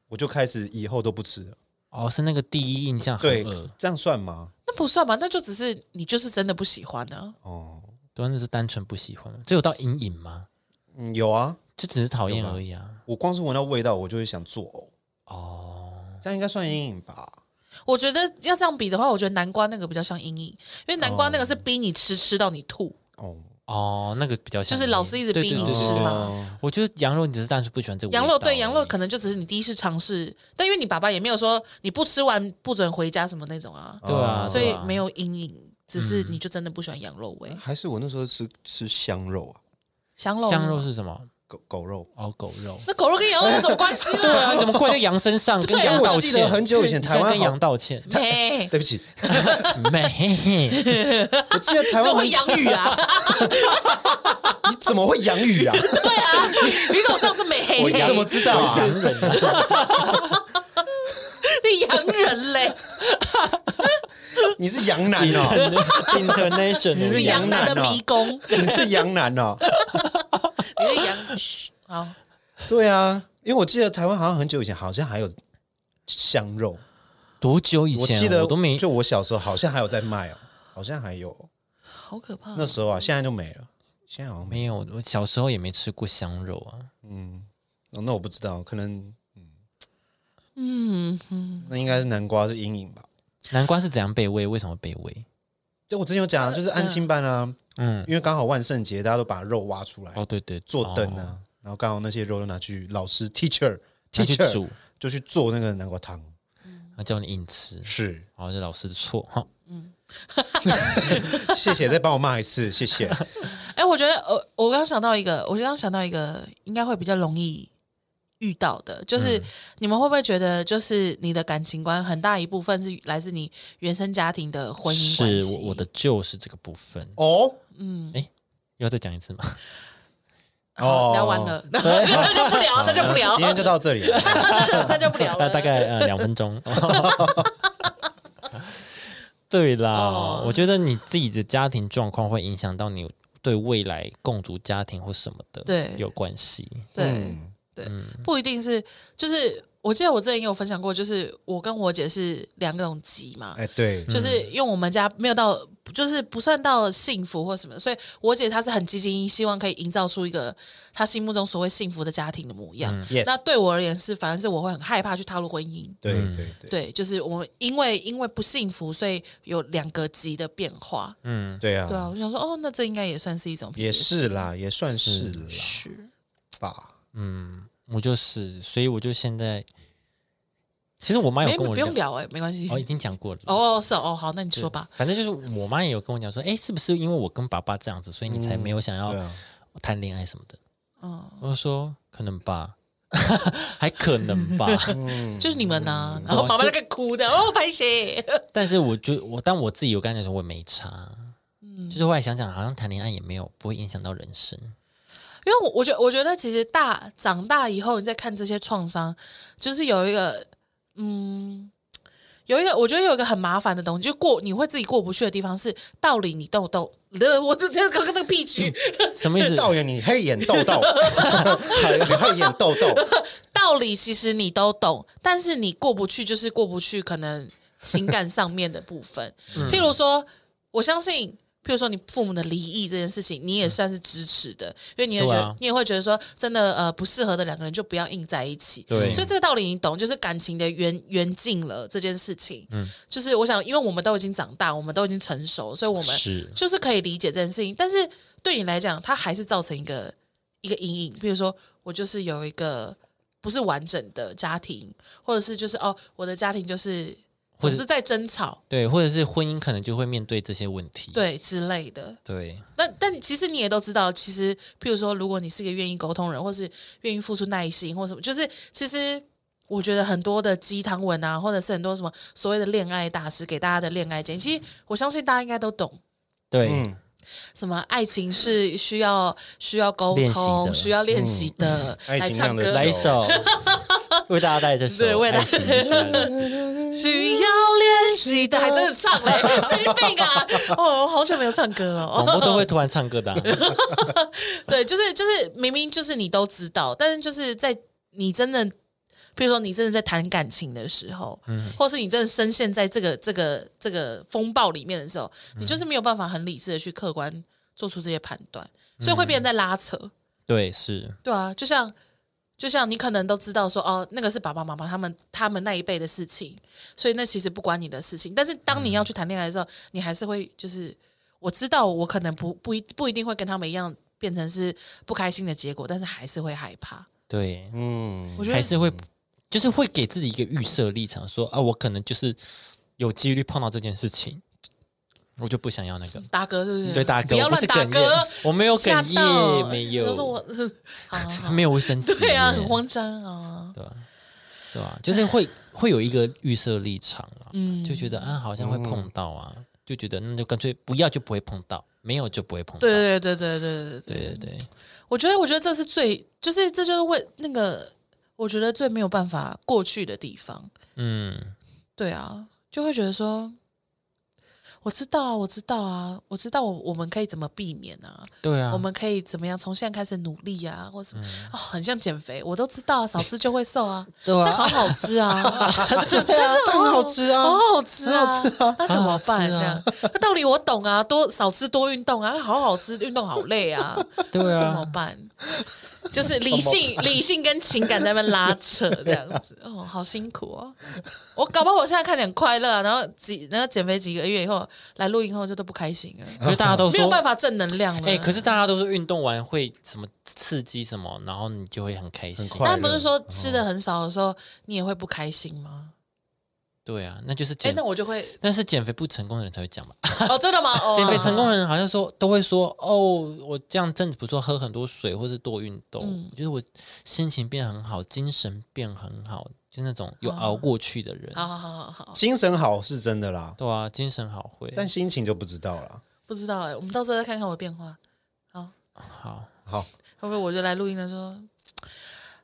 [SPEAKER 3] 我就开始以后都不吃
[SPEAKER 1] (laughs)
[SPEAKER 3] 了。
[SPEAKER 1] 哦，是那个第一印象很
[SPEAKER 3] 对
[SPEAKER 1] 恶，，
[SPEAKER 3] 这样算吗？
[SPEAKER 2] 那不算吧？那就只是你就是真的不喜欢呢。
[SPEAKER 3] 哦，
[SPEAKER 1] 对啊，那是单纯不喜欢嘛，这有到阴影吗？
[SPEAKER 3] 嗯，有啊，
[SPEAKER 1] 就只是讨厌
[SPEAKER 3] 有吧
[SPEAKER 1] 而已啊。
[SPEAKER 3] 我光是闻到味道，我就会想作呕，
[SPEAKER 1] 哦，
[SPEAKER 3] 这样应该算阴影吧？
[SPEAKER 2] 我觉得要这样比的话，我觉得南瓜那个比较像阴影，因为南瓜那个是逼你吃，吃到你吐。
[SPEAKER 3] 哦，
[SPEAKER 1] 哦，那个比较像
[SPEAKER 2] 就是老师一直
[SPEAKER 1] 对
[SPEAKER 2] 逼
[SPEAKER 1] 对
[SPEAKER 2] 你
[SPEAKER 1] 对
[SPEAKER 2] 吃
[SPEAKER 1] 对
[SPEAKER 2] 嘛
[SPEAKER 3] 哦
[SPEAKER 1] 我觉得羊肉你只是单纯不喜欢
[SPEAKER 3] 嗯
[SPEAKER 1] 这个
[SPEAKER 2] 羊
[SPEAKER 1] 味
[SPEAKER 2] 肉
[SPEAKER 1] 道
[SPEAKER 2] 对羊肉
[SPEAKER 1] 而已
[SPEAKER 2] 可能就只是你第一次尝试，但因为你爸爸也没有说你不吃完不准回家什么那种啊，
[SPEAKER 1] 对啊，
[SPEAKER 3] 哦
[SPEAKER 2] 所
[SPEAKER 1] 对
[SPEAKER 2] 以
[SPEAKER 1] 啊
[SPEAKER 2] 没有阴影，只是你就真的不喜欢羊肉味。
[SPEAKER 3] 还是我那时候吃吃香肉啊，
[SPEAKER 2] 香肉
[SPEAKER 1] 香肉是什么？
[SPEAKER 3] 狗狗肉。
[SPEAKER 1] 哦，狗肉。 (laughs)
[SPEAKER 2] 那狗肉跟羊肉有什么关系
[SPEAKER 1] 对
[SPEAKER 3] (laughs)
[SPEAKER 2] 啊？
[SPEAKER 1] 啊，怎么怪在羊身上？跟
[SPEAKER 2] 对啊，
[SPEAKER 1] 羊道
[SPEAKER 3] 我记得
[SPEAKER 1] 歉。
[SPEAKER 3] 很久以前
[SPEAKER 1] 你
[SPEAKER 3] 台
[SPEAKER 1] 现在
[SPEAKER 3] 湾
[SPEAKER 1] 跟羊
[SPEAKER 3] 好，
[SPEAKER 1] 道歉
[SPEAKER 2] 嘿，
[SPEAKER 3] 对不起，
[SPEAKER 1] 没嘿
[SPEAKER 2] (laughs)
[SPEAKER 1] 嘿，
[SPEAKER 3] 我记得台
[SPEAKER 2] 都
[SPEAKER 3] 湾
[SPEAKER 2] 会
[SPEAKER 3] 很，
[SPEAKER 2] 洋语
[SPEAKER 3] (laughs)
[SPEAKER 2] 啊？
[SPEAKER 3] 你怎么会洋语啊？
[SPEAKER 2] 对啊，你怎么知道是美黑
[SPEAKER 1] 哎
[SPEAKER 3] 我
[SPEAKER 2] 黑？
[SPEAKER 3] 怎么知道啊？
[SPEAKER 2] 你洋人嘞？
[SPEAKER 3] 你是洋男哦、
[SPEAKER 1] ，international，
[SPEAKER 3] 你
[SPEAKER 2] 你
[SPEAKER 3] 是
[SPEAKER 2] 洋
[SPEAKER 3] 洋
[SPEAKER 2] 男
[SPEAKER 3] 男哦
[SPEAKER 2] 的迷宫，
[SPEAKER 3] 你是洋男哦、
[SPEAKER 2] 你是洋。嘘好，
[SPEAKER 3] 对啊，因为我记得台湾好像很久以前好像还有香肉，
[SPEAKER 1] 多久以
[SPEAKER 3] 我
[SPEAKER 1] 前啊？
[SPEAKER 3] 记得
[SPEAKER 1] 我都没
[SPEAKER 3] 就我小时候好像还有在卖哦、好像还有
[SPEAKER 2] 好可怕哦。
[SPEAKER 3] 那时候啊，现在就没了，现在好像没。
[SPEAKER 1] 没有，我小时候也没吃过香肉啊。
[SPEAKER 3] 哦、那我不知道，可能
[SPEAKER 2] 嗯嗯，
[SPEAKER 3] 那应该是南瓜是阴影吧。
[SPEAKER 1] 南瓜是怎样被喂？为什么被喂？
[SPEAKER 3] 就我之前有讲啊，就是安亲班啊，
[SPEAKER 1] 嗯，
[SPEAKER 3] 因为刚好万圣节，大家都把肉挖出来
[SPEAKER 1] 哦，对对，
[SPEAKER 3] 做灯啊，然后刚好那些肉就拿去老师 teacher
[SPEAKER 1] 拿去
[SPEAKER 3] teacher
[SPEAKER 1] 煮，
[SPEAKER 3] 就去做那个南瓜汤，
[SPEAKER 1] 然后叫你硬吃，
[SPEAKER 3] 是
[SPEAKER 1] 然后是老师的错哈。
[SPEAKER 3] 谢谢，再帮我骂一次，谢谢。
[SPEAKER 2] 哎、我觉得呃，我刚想到一个，我刚想到一个，应该会比较容易遇到的，
[SPEAKER 3] 嗯
[SPEAKER 2] 就是、你们会不会觉得，就是你的感情观很大一部分是来自你原生家庭的婚姻关
[SPEAKER 1] 是
[SPEAKER 2] 系？
[SPEAKER 1] 我我的就是这个部分，
[SPEAKER 3] 哦，
[SPEAKER 2] (laughs) 嗯，
[SPEAKER 1] 又要再讲一次吗？
[SPEAKER 2] 好，
[SPEAKER 3] 哦
[SPEAKER 2] 聊完 (laughs) 了，那就不聊，那就不聊，
[SPEAKER 3] 今
[SPEAKER 2] (laughs)
[SPEAKER 3] 天就到这里了。
[SPEAKER 2] 那就那就不聊
[SPEAKER 1] 呃，(laughs)
[SPEAKER 2] 了。
[SPEAKER 1] 大概呃两分钟。 (laughs) 对啦，
[SPEAKER 2] 哦
[SPEAKER 1] 我觉得你自己的家庭状况会影响到你对未来共组家庭或什么的，
[SPEAKER 2] 对
[SPEAKER 1] 有关系。
[SPEAKER 2] 对
[SPEAKER 3] 嗯
[SPEAKER 2] 对，不一定是，就是我记得我之前也有分享过，就是我跟我姐是两种极嘛，
[SPEAKER 3] 哎，对，
[SPEAKER 2] 就是因为我们家没有到，就是不算到幸福或什么的，所以我姐她是很积极，希望可以营造出一个她心目中所谓幸福的家庭的模样。
[SPEAKER 3] 嗯 Yes
[SPEAKER 2] 那对我而言是，反而是我会很害怕去踏入婚姻。
[SPEAKER 3] 对
[SPEAKER 1] 嗯
[SPEAKER 3] 对对
[SPEAKER 2] 对，就是我们因为因为不幸福，所以有两个极的变化。
[SPEAKER 1] 嗯，
[SPEAKER 3] 对
[SPEAKER 2] 对啊，
[SPEAKER 3] 啊，
[SPEAKER 2] 我想说，哦，那这应该也算是一种
[SPEAKER 3] 也是啦，也算是啦
[SPEAKER 2] 是
[SPEAKER 3] 吧。
[SPEAKER 2] 嗯
[SPEAKER 1] 嗯我就是，所以我就现在，其实我妈
[SPEAKER 2] 没
[SPEAKER 1] 有跟我
[SPEAKER 2] 不用聊哎、没关系。
[SPEAKER 1] 哦，已经讲过了。
[SPEAKER 2] 哦，是哦，好，那你说吧。
[SPEAKER 1] 反正就是我妈也有跟我讲说，哎，是不是因为我跟爸爸这样子，所以你才没有想要
[SPEAKER 3] 对啊，
[SPEAKER 1] 谈恋爱什么的？
[SPEAKER 2] 嗯，
[SPEAKER 1] 我就说可能吧， (laughs) 还可能
[SPEAKER 2] (laughs)
[SPEAKER 1] 吧。
[SPEAKER 2] 就是你们呢、然后妈妈那个哭的，哦，拍谁？
[SPEAKER 1] 但是我就我，但我自己有跟他讲说我没差，
[SPEAKER 2] 嗯
[SPEAKER 1] 就是后来想想，好像谈恋爱也没有不会影响到人生，
[SPEAKER 2] 因为我我觉得我觉得其实大长大以后，你再看这些创伤，就是有一个嗯，有一个我觉得有一个很麻烦的东西，就过你会自己过不去的地方是道理你都懂，呃我这这个那个屁区，
[SPEAKER 1] 什么意思？
[SPEAKER 2] (laughs)
[SPEAKER 3] 导演，哎你黑眼豆
[SPEAKER 1] (laughs)
[SPEAKER 3] 豆，你黑眼豆豆，
[SPEAKER 2] 道理其实你都懂，但是你过不去就是过不去，可能情感上面的部分，譬如说，我相信。譬如说，你父母的离异这件事情，你也算是支持的，因为你也觉
[SPEAKER 1] 对
[SPEAKER 2] 得，
[SPEAKER 1] 啊
[SPEAKER 2] 你也会觉得说，真的，呃，不适合的两个人就不要硬在一起。
[SPEAKER 3] 对
[SPEAKER 2] 所以这个道理你懂，就是感情的缘缘尽了这件事情。嗯，就是我想，因为我们都已经长大，我们都已经成熟，所以我们
[SPEAKER 1] 是
[SPEAKER 2] 就是可以理解这件事情。但是对你来讲，它还是造成一个一个阴影。比如说，我就是有一个不是完整的家庭，或者是就是哦，我的家庭就是
[SPEAKER 1] 或
[SPEAKER 2] 总
[SPEAKER 1] 者
[SPEAKER 2] 是在争吵，
[SPEAKER 1] 对，或者是婚姻可能就会面对这些问题，
[SPEAKER 2] 对之类的。
[SPEAKER 1] 对，
[SPEAKER 2] 那但其实你也都知道，其实譬如说，如果你是一个愿意沟通人，或是愿意付出耐心，或什么，就是其实我觉得很多的鸡汤文啊，或者是很多什么所谓的恋爱大师给大家的恋爱建议，其实我相信大家应该都懂。
[SPEAKER 1] 对，
[SPEAKER 3] 嗯，
[SPEAKER 2] 什么爱情是需要需要沟
[SPEAKER 1] 练习的
[SPEAKER 2] 通，需要练习的，
[SPEAKER 3] 嗯
[SPEAKER 2] 来唱
[SPEAKER 3] 爱情那样的
[SPEAKER 2] 歌
[SPEAKER 1] 来一首，
[SPEAKER 2] (laughs)
[SPEAKER 1] 为大家带这首，
[SPEAKER 2] 对为大
[SPEAKER 1] 爱情必须要的
[SPEAKER 2] (laughs)
[SPEAKER 1] 事
[SPEAKER 2] 需要练习的，还真的唱嘞，神经
[SPEAKER 1] (laughs)
[SPEAKER 2] 病啊！哦，我好久没有唱歌了。哦
[SPEAKER 1] 广播都会突然唱歌的啊、
[SPEAKER 2] 对，就是就是明明就是你都知道，但是就是在你真的，比如说你真的在谈感情的时候，或是你真的深陷在这个这个这个风暴里面的时候，你就是没有办法很理智的去客观做出这些判断，所以会变成在拉扯。
[SPEAKER 1] 对，是，
[SPEAKER 2] 对啊，就像就像你可能都知道说哦，那个是爸爸妈妈他们他们那一辈的事情，所以那其实不关你的事情。但是当你要
[SPEAKER 1] 嗯
[SPEAKER 2] 去谈恋爱的时候，你还是会就是我知道我可能不不一不一定会跟他们一样变成是不开心的结果，但是还是会害怕。
[SPEAKER 1] 对，
[SPEAKER 3] 嗯，
[SPEAKER 2] 我觉得
[SPEAKER 1] 还是会，就是会给自己一个预设立场，说啊，我可能就是有几率碰到这件事情，我就不想要那个。
[SPEAKER 2] 大哥对不对？啊
[SPEAKER 1] 对大哥，
[SPEAKER 2] 不要
[SPEAKER 1] 我不
[SPEAKER 2] 乱
[SPEAKER 1] 是
[SPEAKER 2] 打
[SPEAKER 1] 哽
[SPEAKER 2] 嗝
[SPEAKER 1] 咽，，我没有
[SPEAKER 2] 吓
[SPEAKER 1] 哽
[SPEAKER 2] 到
[SPEAKER 1] 咽，没有，
[SPEAKER 2] 就是
[SPEAKER 1] (laughs)
[SPEAKER 2] 我 (laughs) 好好好
[SPEAKER 1] 没有卫生纸，
[SPEAKER 2] (laughs) 对啊，很慌张啊。
[SPEAKER 1] 对吧、对吧、就是会会有一个预设立场啊，
[SPEAKER 2] 嗯
[SPEAKER 1] 就觉得啊，好像会碰到啊，就觉得那就干脆不要就不会碰到，没有就不会碰到，
[SPEAKER 2] 对对对对对对对
[SPEAKER 1] 对对对，
[SPEAKER 2] 我觉得，我觉得这是最，就是这就是为那个，我觉得最没有办法过去的地方。
[SPEAKER 1] 嗯，
[SPEAKER 2] 对啊，就会觉得说，我知道啊，我知道啊，我知道我我们可以怎么避免啊，
[SPEAKER 1] 对啊，
[SPEAKER 2] 我们可以怎么样从现在开始努力啊，或什么、哦，很像减肥，我都知道、啊，少吃就会瘦啊，
[SPEAKER 1] 对
[SPEAKER 2] 但
[SPEAKER 1] 啊，
[SPEAKER 2] 好好吃 (laughs) 啊，
[SPEAKER 3] 对啊，但很好吃
[SPEAKER 2] 好
[SPEAKER 3] 啊，
[SPEAKER 2] 好吃啊，那怎么办
[SPEAKER 1] 很好吃
[SPEAKER 2] 呢
[SPEAKER 1] 啊？
[SPEAKER 2] 那哎道理我懂啊，多少吃多运动啊，好好吃，运动好累啊，
[SPEAKER 1] 对
[SPEAKER 2] 那怎么
[SPEAKER 1] 啊，
[SPEAKER 2] 办？就是理性、 (laughs) 理性跟情感在那边拉扯这样子，哦，好辛苦哦。我搞不好我现在看起来很快乐啊，然后几然后减肥几个月以后来录音后就都不开心了，
[SPEAKER 1] 可是大家都
[SPEAKER 2] 没有
[SPEAKER 1] 说
[SPEAKER 2] 办法正能量了。
[SPEAKER 1] 哎、可是大家都是运动完会什么刺激什么，然后你就会很开心
[SPEAKER 3] 很。快
[SPEAKER 2] 但不是说吃
[SPEAKER 1] 哦
[SPEAKER 2] 的很少的时候你也会不开心吗？
[SPEAKER 1] 对啊，那就是
[SPEAKER 2] 哎
[SPEAKER 1] 减，
[SPEAKER 2] 那我就会
[SPEAKER 1] 但是减肥不成功的人才会讲吧。
[SPEAKER 2] 哦，真的吗？哦
[SPEAKER 1] 减肥成功的人好像说都会说哦，我这样阵子不错，喝很多水或是多运动，就是我心情变很好，精神变很好，就那种有熬过去的人。
[SPEAKER 2] 好好好好好，
[SPEAKER 3] 精神好是真的啦，
[SPEAKER 1] 对啊，精神好会。
[SPEAKER 3] 但心情就不知道了。
[SPEAKER 2] 不知道哎、我们到时候再看看我的变化。好，
[SPEAKER 1] 好， (laughs)
[SPEAKER 3] 好，
[SPEAKER 2] 会不会我就来录音了说？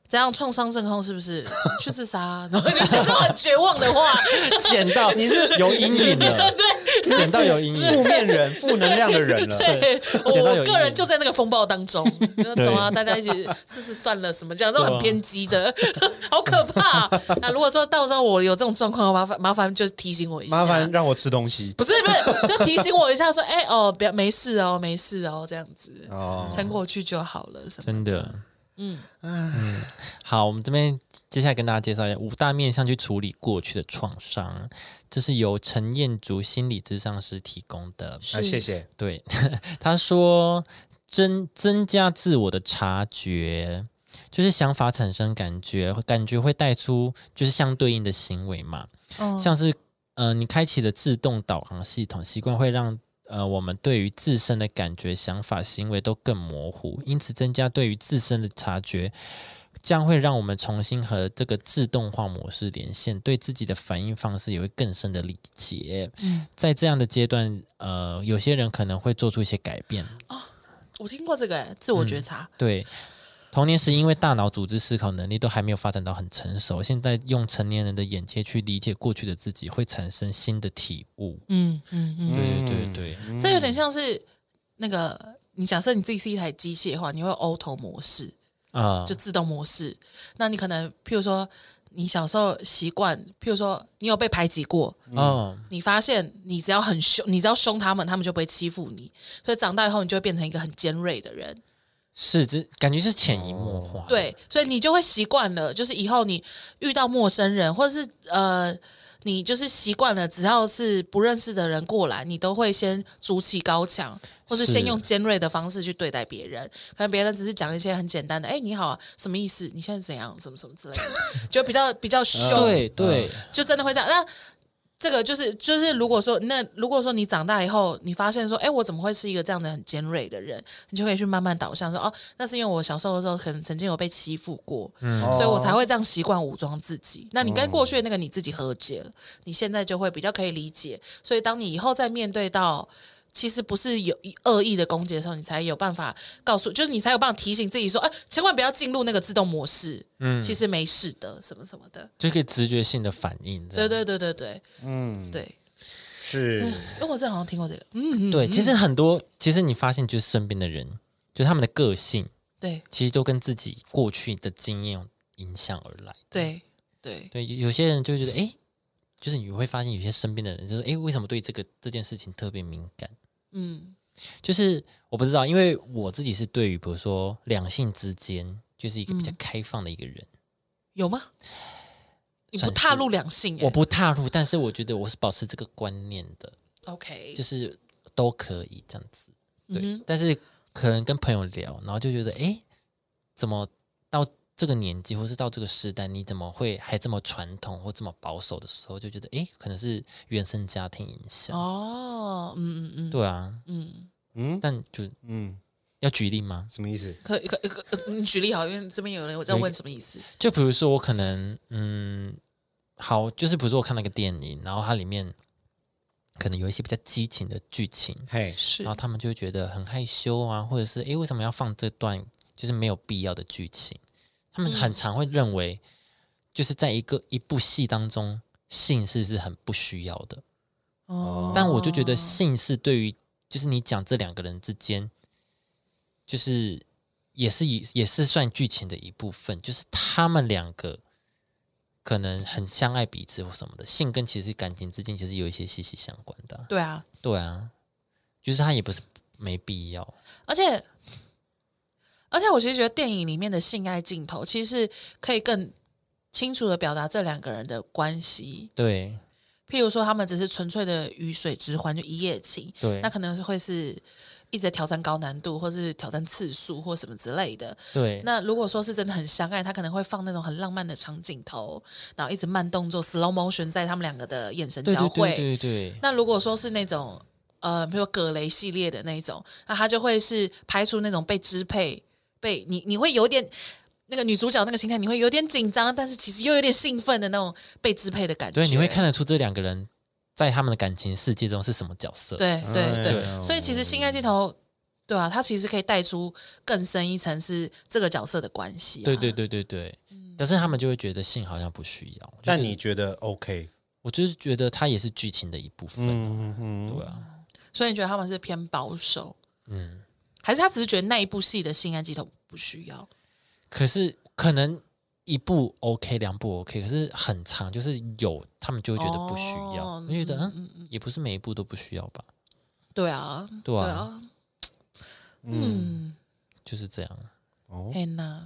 [SPEAKER 2] 怎样创伤症候是不是去自杀啊、然后就讲这种很绝望
[SPEAKER 1] (laughs)
[SPEAKER 2] 的话，
[SPEAKER 1] 减到哦你是有阴影
[SPEAKER 3] (laughs)
[SPEAKER 1] 了，对，减到有阴
[SPEAKER 3] 负
[SPEAKER 1] 影。
[SPEAKER 3] 面人、负能量的人了，
[SPEAKER 2] 对我
[SPEAKER 1] 讲到有
[SPEAKER 2] 我
[SPEAKER 1] 阴影
[SPEAKER 2] 个人就在那个风暴当中，就走啊，大家一起试试算了，什么这样都
[SPEAKER 1] 对
[SPEAKER 2] 很
[SPEAKER 1] 啊
[SPEAKER 2] 偏激的， (laughs) 好可怕、啊那如果说到时候我有这种状况，麻烦麻烦就提醒我一下，
[SPEAKER 3] 麻烦让我吃东西
[SPEAKER 2] 不是不是，就提醒我一下说，哎、哦，不要没事哦，没事哦，这样子
[SPEAKER 3] 哦。
[SPEAKER 2] 撑过去就好了，什么
[SPEAKER 1] 真的，嗯好，我们这边接下来跟大家介绍一下五大面向去处理过去的创伤，这是由陈彦竹心理咨商师提供的。
[SPEAKER 3] 啊，谢谢。
[SPEAKER 1] 对， (laughs) 他说增增加自我的察觉，就是想法产生感觉，感觉会带出就是相对应的行为嘛，
[SPEAKER 2] 嗯
[SPEAKER 1] 像是呃你开启的自动导航系统，习惯会让。呃，我们对于自身的感觉、想法、行为都更模糊，因此增加对于自身的察觉，将会让我们重新和这个自动化模式连线，对自己的反应方式也会更深的理解。在这样的阶段，呃，有些人可能会做出一些改变。
[SPEAKER 2] 我听过这个、哎自我觉察，
[SPEAKER 1] 对，童年时因为大脑组织思考能力都还没有发展到很成熟，现在用成年人的眼界去理解过去的自己，会产生新的体悟。
[SPEAKER 2] 嗯嗯嗯，
[SPEAKER 1] 对对对对，
[SPEAKER 2] 这嗯有点像是那个，你假设你自己是一台机械的话，你会 auto 模式，
[SPEAKER 1] 啊、
[SPEAKER 2] 就自动模式。那你可能，譬如说，你小时候习惯，譬如说，你有被排挤过，
[SPEAKER 1] 哦，
[SPEAKER 2] 你发现你只要很凶，你只要凶他们，他们就不会欺负你。所以长大以后，你就会变成一个很尖锐的人。
[SPEAKER 1] 是这感觉是潜移默化。，
[SPEAKER 2] 对，所以你就会习惯了，就是以后你遇到陌生人，或者是呃，你就是习惯了，只要是不认识的人过来，你都会先筑起高墙，或是先
[SPEAKER 1] 是
[SPEAKER 2] 用尖锐的方式去对待别人。可能别人只是讲一些很简单的，哎、你好、啊，什么意思？你现在怎样？什么什么之类的，就比较比较凶。
[SPEAKER 1] 对对，
[SPEAKER 2] 就真的会这样。那这个就是就是，如果说那如果说你长大以后，你发现说，哎，我怎么会是一个这样的很尖锐的人？你就可以去慢慢导向说，哦，那是因为我小时候的时候可能曾经有被欺负过，
[SPEAKER 3] 嗯
[SPEAKER 2] 所以我才会这样习惯武装自己。那你跟过去的那个你自己和解了，你现在就会比较可以理解。所以当你以后再面对到。其实不是有意恶意的攻击的时候，你才有办法告诉，就是你才有办法提醒自己说，哎、千万不要进入那个自动模式，嗯，其实没事的，什么什么的。
[SPEAKER 1] 就可以直觉性的反应。这
[SPEAKER 2] 对
[SPEAKER 1] 样
[SPEAKER 2] 对对对对，嗯，对，
[SPEAKER 3] 哦是
[SPEAKER 2] 因嗯哦为我之前好像听过这个，嗯，
[SPEAKER 1] 对，其实很多，其实你发现就是身边的人，就是他们的个性，
[SPEAKER 2] 对
[SPEAKER 1] 其实都跟自己过去的经验影响而来。
[SPEAKER 2] 对对，
[SPEAKER 1] 对，有有些人就会觉得，哎、就是你会发现有些身边的人，就是哎、诶为什么对这个这件事情特别敏感？
[SPEAKER 2] 嗯
[SPEAKER 1] 就是我不知道，因为我自己是对于比如说两性之间，就是一个比较开放的一个人，
[SPEAKER 2] 有吗？你不
[SPEAKER 1] 算是
[SPEAKER 2] 踏入两性、欸，
[SPEAKER 1] 我不踏入，但是我觉得我是保持这个观念的，
[SPEAKER 2] 欸 OK，
[SPEAKER 1] 就是都可以这样子。对，
[SPEAKER 2] 嗯
[SPEAKER 1] 但是可能跟朋友聊，然后就觉得，哎、怎么到这个年纪，或是到这个时代，你怎么会还这么传统或这么保守的时候，就觉得，哎、可能是原生家庭影响。
[SPEAKER 2] 哦，嗯嗯嗯
[SPEAKER 1] 对啊，
[SPEAKER 2] 嗯，
[SPEAKER 3] 嗯
[SPEAKER 1] 但就
[SPEAKER 3] 嗯，
[SPEAKER 1] 要举例吗？
[SPEAKER 3] 什么意思？
[SPEAKER 2] 可以可以可以，你举例好，因为这边有人我在问什么意思，
[SPEAKER 1] 就比如说我可能，嗯，好，就是比如说我看那个电影，然后它里面可能有一些比较激情的剧情，
[SPEAKER 3] 嘿，
[SPEAKER 2] 是
[SPEAKER 1] 然后他们就会觉得很害羞啊，或者是诶，为什么要放这段就是没有必要的剧情？他们很常会认为，就是在一个一部戏当中，性事是很不需要的。
[SPEAKER 2] 哦
[SPEAKER 1] 但我就觉得性事对于就是你讲这两个人之间，就是也是一也是算剧情的一部分，就是他们两个可能很相爱彼此或什么的，性跟其实感情之间其实有一些息息相关的啊、
[SPEAKER 2] 对啊，
[SPEAKER 1] 对啊，就是他也不是没必要。
[SPEAKER 2] 而且而且我其实觉得电影里面的性爱镜头，其实是可以更清楚的表达这两个人的关系。
[SPEAKER 1] 对
[SPEAKER 2] 譬如说，他们只是纯粹的鱼水之欢，就一夜情，
[SPEAKER 1] 对
[SPEAKER 2] 那可能是会是一直在挑战高难度，或是挑战次数，或什么之类的。
[SPEAKER 1] 对
[SPEAKER 2] 那如果说是真的很相爱，他可能会放那种很浪漫的长镜头，然后一直慢动作 slow motion 在他们两个的眼神
[SPEAKER 1] 对
[SPEAKER 2] 交
[SPEAKER 1] 对
[SPEAKER 2] 汇。
[SPEAKER 1] 对对对，
[SPEAKER 2] 那如果说是那种呃，比如说葛雷系列的那一种，那他就会是排除那种被支配，被你你会有点那个女主角那个心态，你会有点紧张，但是其实又有点兴奋的那种被支配的感觉。
[SPEAKER 1] 对，你会看得出这两个人在他们的感情世界中是什么角色。
[SPEAKER 2] 对对
[SPEAKER 3] 哎
[SPEAKER 2] 对，
[SPEAKER 3] 呦
[SPEAKER 2] 所以其实性爱镜头，对啊，它其实可以带出更深一层是这个角色的关系、啊。
[SPEAKER 1] 对对对对对，
[SPEAKER 2] 嗯
[SPEAKER 1] 但是他们就会觉得性好像不需要。
[SPEAKER 3] 但
[SPEAKER 1] 就是
[SPEAKER 3] 你觉得 OK？
[SPEAKER 1] 我就是觉得它也是剧情的一部分，
[SPEAKER 3] 嗯嗯，
[SPEAKER 1] 对啊，
[SPEAKER 2] 所以你觉得他们是偏保守？嗯，还是他只是觉得那一部戏的性爱镜头不需要？
[SPEAKER 1] 可是可能一部 OK，两部 OK，可是很长，就是有他们就会觉得不需要，
[SPEAKER 2] 哦
[SPEAKER 1] 就觉得嗯，也不是每一部都不需要吧，
[SPEAKER 2] 对啊，
[SPEAKER 1] 对啊，
[SPEAKER 2] 对啊，嗯，
[SPEAKER 1] 就是这样。
[SPEAKER 3] 哦，
[SPEAKER 2] 天哪，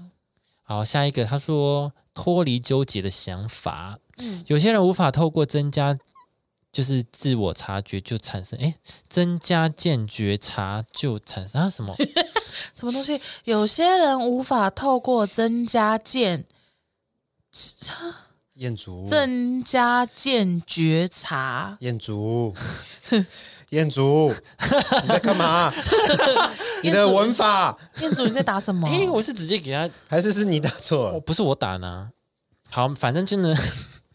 [SPEAKER 1] 好，下一个他说脱离纠结的想法，
[SPEAKER 2] 嗯
[SPEAKER 1] 有些人无法透过增加。就是自我察觉就产生，哎，增加见觉察就产生啊什
[SPEAKER 2] (laughs)
[SPEAKER 1] 么？
[SPEAKER 2] 什么东西？有些人无法透过增加见
[SPEAKER 3] 燕竹，
[SPEAKER 2] 增加见觉察，
[SPEAKER 3] 燕竹，燕竹，你在干
[SPEAKER 2] (laughs)
[SPEAKER 3] 嘛？啊你的文法
[SPEAKER 2] 彦祖你在打
[SPEAKER 1] (laughs)
[SPEAKER 2] 什么？
[SPEAKER 1] 哎，我是直接给他，
[SPEAKER 3] 还是是你打错
[SPEAKER 1] 哦，
[SPEAKER 3] 了？
[SPEAKER 1] 不是我打呢。好，反正
[SPEAKER 2] (laughs)
[SPEAKER 1] 真的，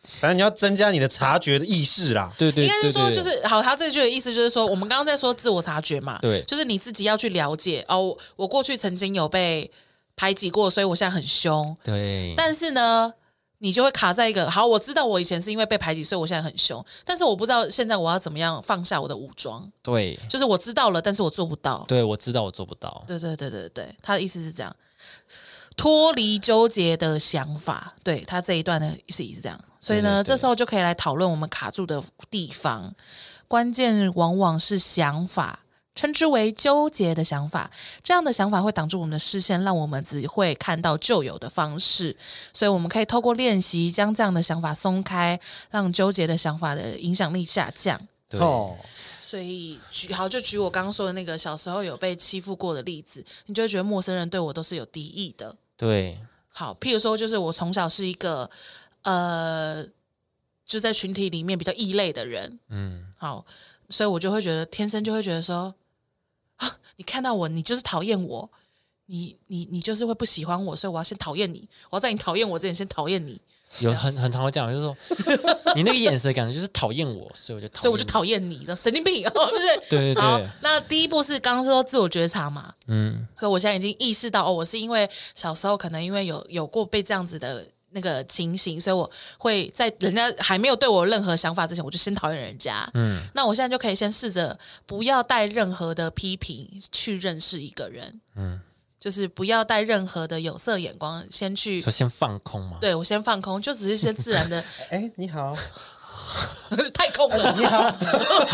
[SPEAKER 3] 反正你要增加你的察觉的意识啦。
[SPEAKER 1] 对对，
[SPEAKER 2] 应该
[SPEAKER 1] 对
[SPEAKER 2] 是说，
[SPEAKER 1] 对
[SPEAKER 2] 就是好，他这句的意思就是说，我们刚刚在说自我察觉嘛，
[SPEAKER 1] 对
[SPEAKER 2] 就是你自己要去了解哦。我我过去曾经有被排挤过，所以我现在很凶，
[SPEAKER 1] 嗯对，
[SPEAKER 2] 但是呢，你就会卡在一个好，我知道我以前是因为被排挤，所以我现在很凶，但是我不知道现在我要怎么样放下我的武装，
[SPEAKER 1] 对
[SPEAKER 2] 就是我知道了，但是我做不到。
[SPEAKER 1] 对，我知道我做不到。
[SPEAKER 2] 对对对对对，他的意思是这样，脱离纠结的想法。对他这一段的意思也是这样，所以呢，
[SPEAKER 1] 对对对
[SPEAKER 2] 这时候就可以来讨论我们卡住的地方。关键往往是想法，称之为纠结的想法。这样的想法会挡住我们的视线，让我们只会看到旧有的方式。所以我们可以透过练习，将这样的想法松开，让纠结的想法的影响力下降。
[SPEAKER 1] 对，
[SPEAKER 3] 哦，
[SPEAKER 2] 所以举好就举我刚刚说的那个小时候有被欺负过的例子，你就会觉得陌生人对我都是有敌意的。
[SPEAKER 1] 对，
[SPEAKER 2] 好，譬如说，就是我从小是一个呃，就在群体里面比较异类的人，
[SPEAKER 1] 嗯，
[SPEAKER 2] 好，所以我就会觉得天生就会觉得说，啊，你看到我，你就是讨厌我，你你你就是会不喜欢我，所以我要先讨厌你，我要在你讨厌我之前先讨厌你，
[SPEAKER 1] 有很很常会这样，就是说
[SPEAKER 2] (laughs)
[SPEAKER 1] 你那个眼神的感觉就是讨厌我，所以我就讨厌你，
[SPEAKER 2] 所以我就讨厌你，这神经病， (laughs) 哦，就是。
[SPEAKER 1] 对对
[SPEAKER 2] 好
[SPEAKER 1] 对，，
[SPEAKER 2] 那第一步是刚刚说自我觉察嘛，
[SPEAKER 1] 嗯，
[SPEAKER 2] 所以我现在已经意识到，哦，我是因为小时候可能因为有有过被这样子的那个情形，所以我会在人家还没有对我有任何想法之前，我就先讨厌人家。嗯，那我现在就可以先试着不要带任何的批评去认识一个人。嗯，就是不要带任何的有色眼光，先去
[SPEAKER 1] 首。先放空嘛，
[SPEAKER 2] 对，我先放空，就只是先自然的
[SPEAKER 3] 哎，
[SPEAKER 2] (laughs)
[SPEAKER 3] 你好，
[SPEAKER 2] 太空了，
[SPEAKER 3] 你好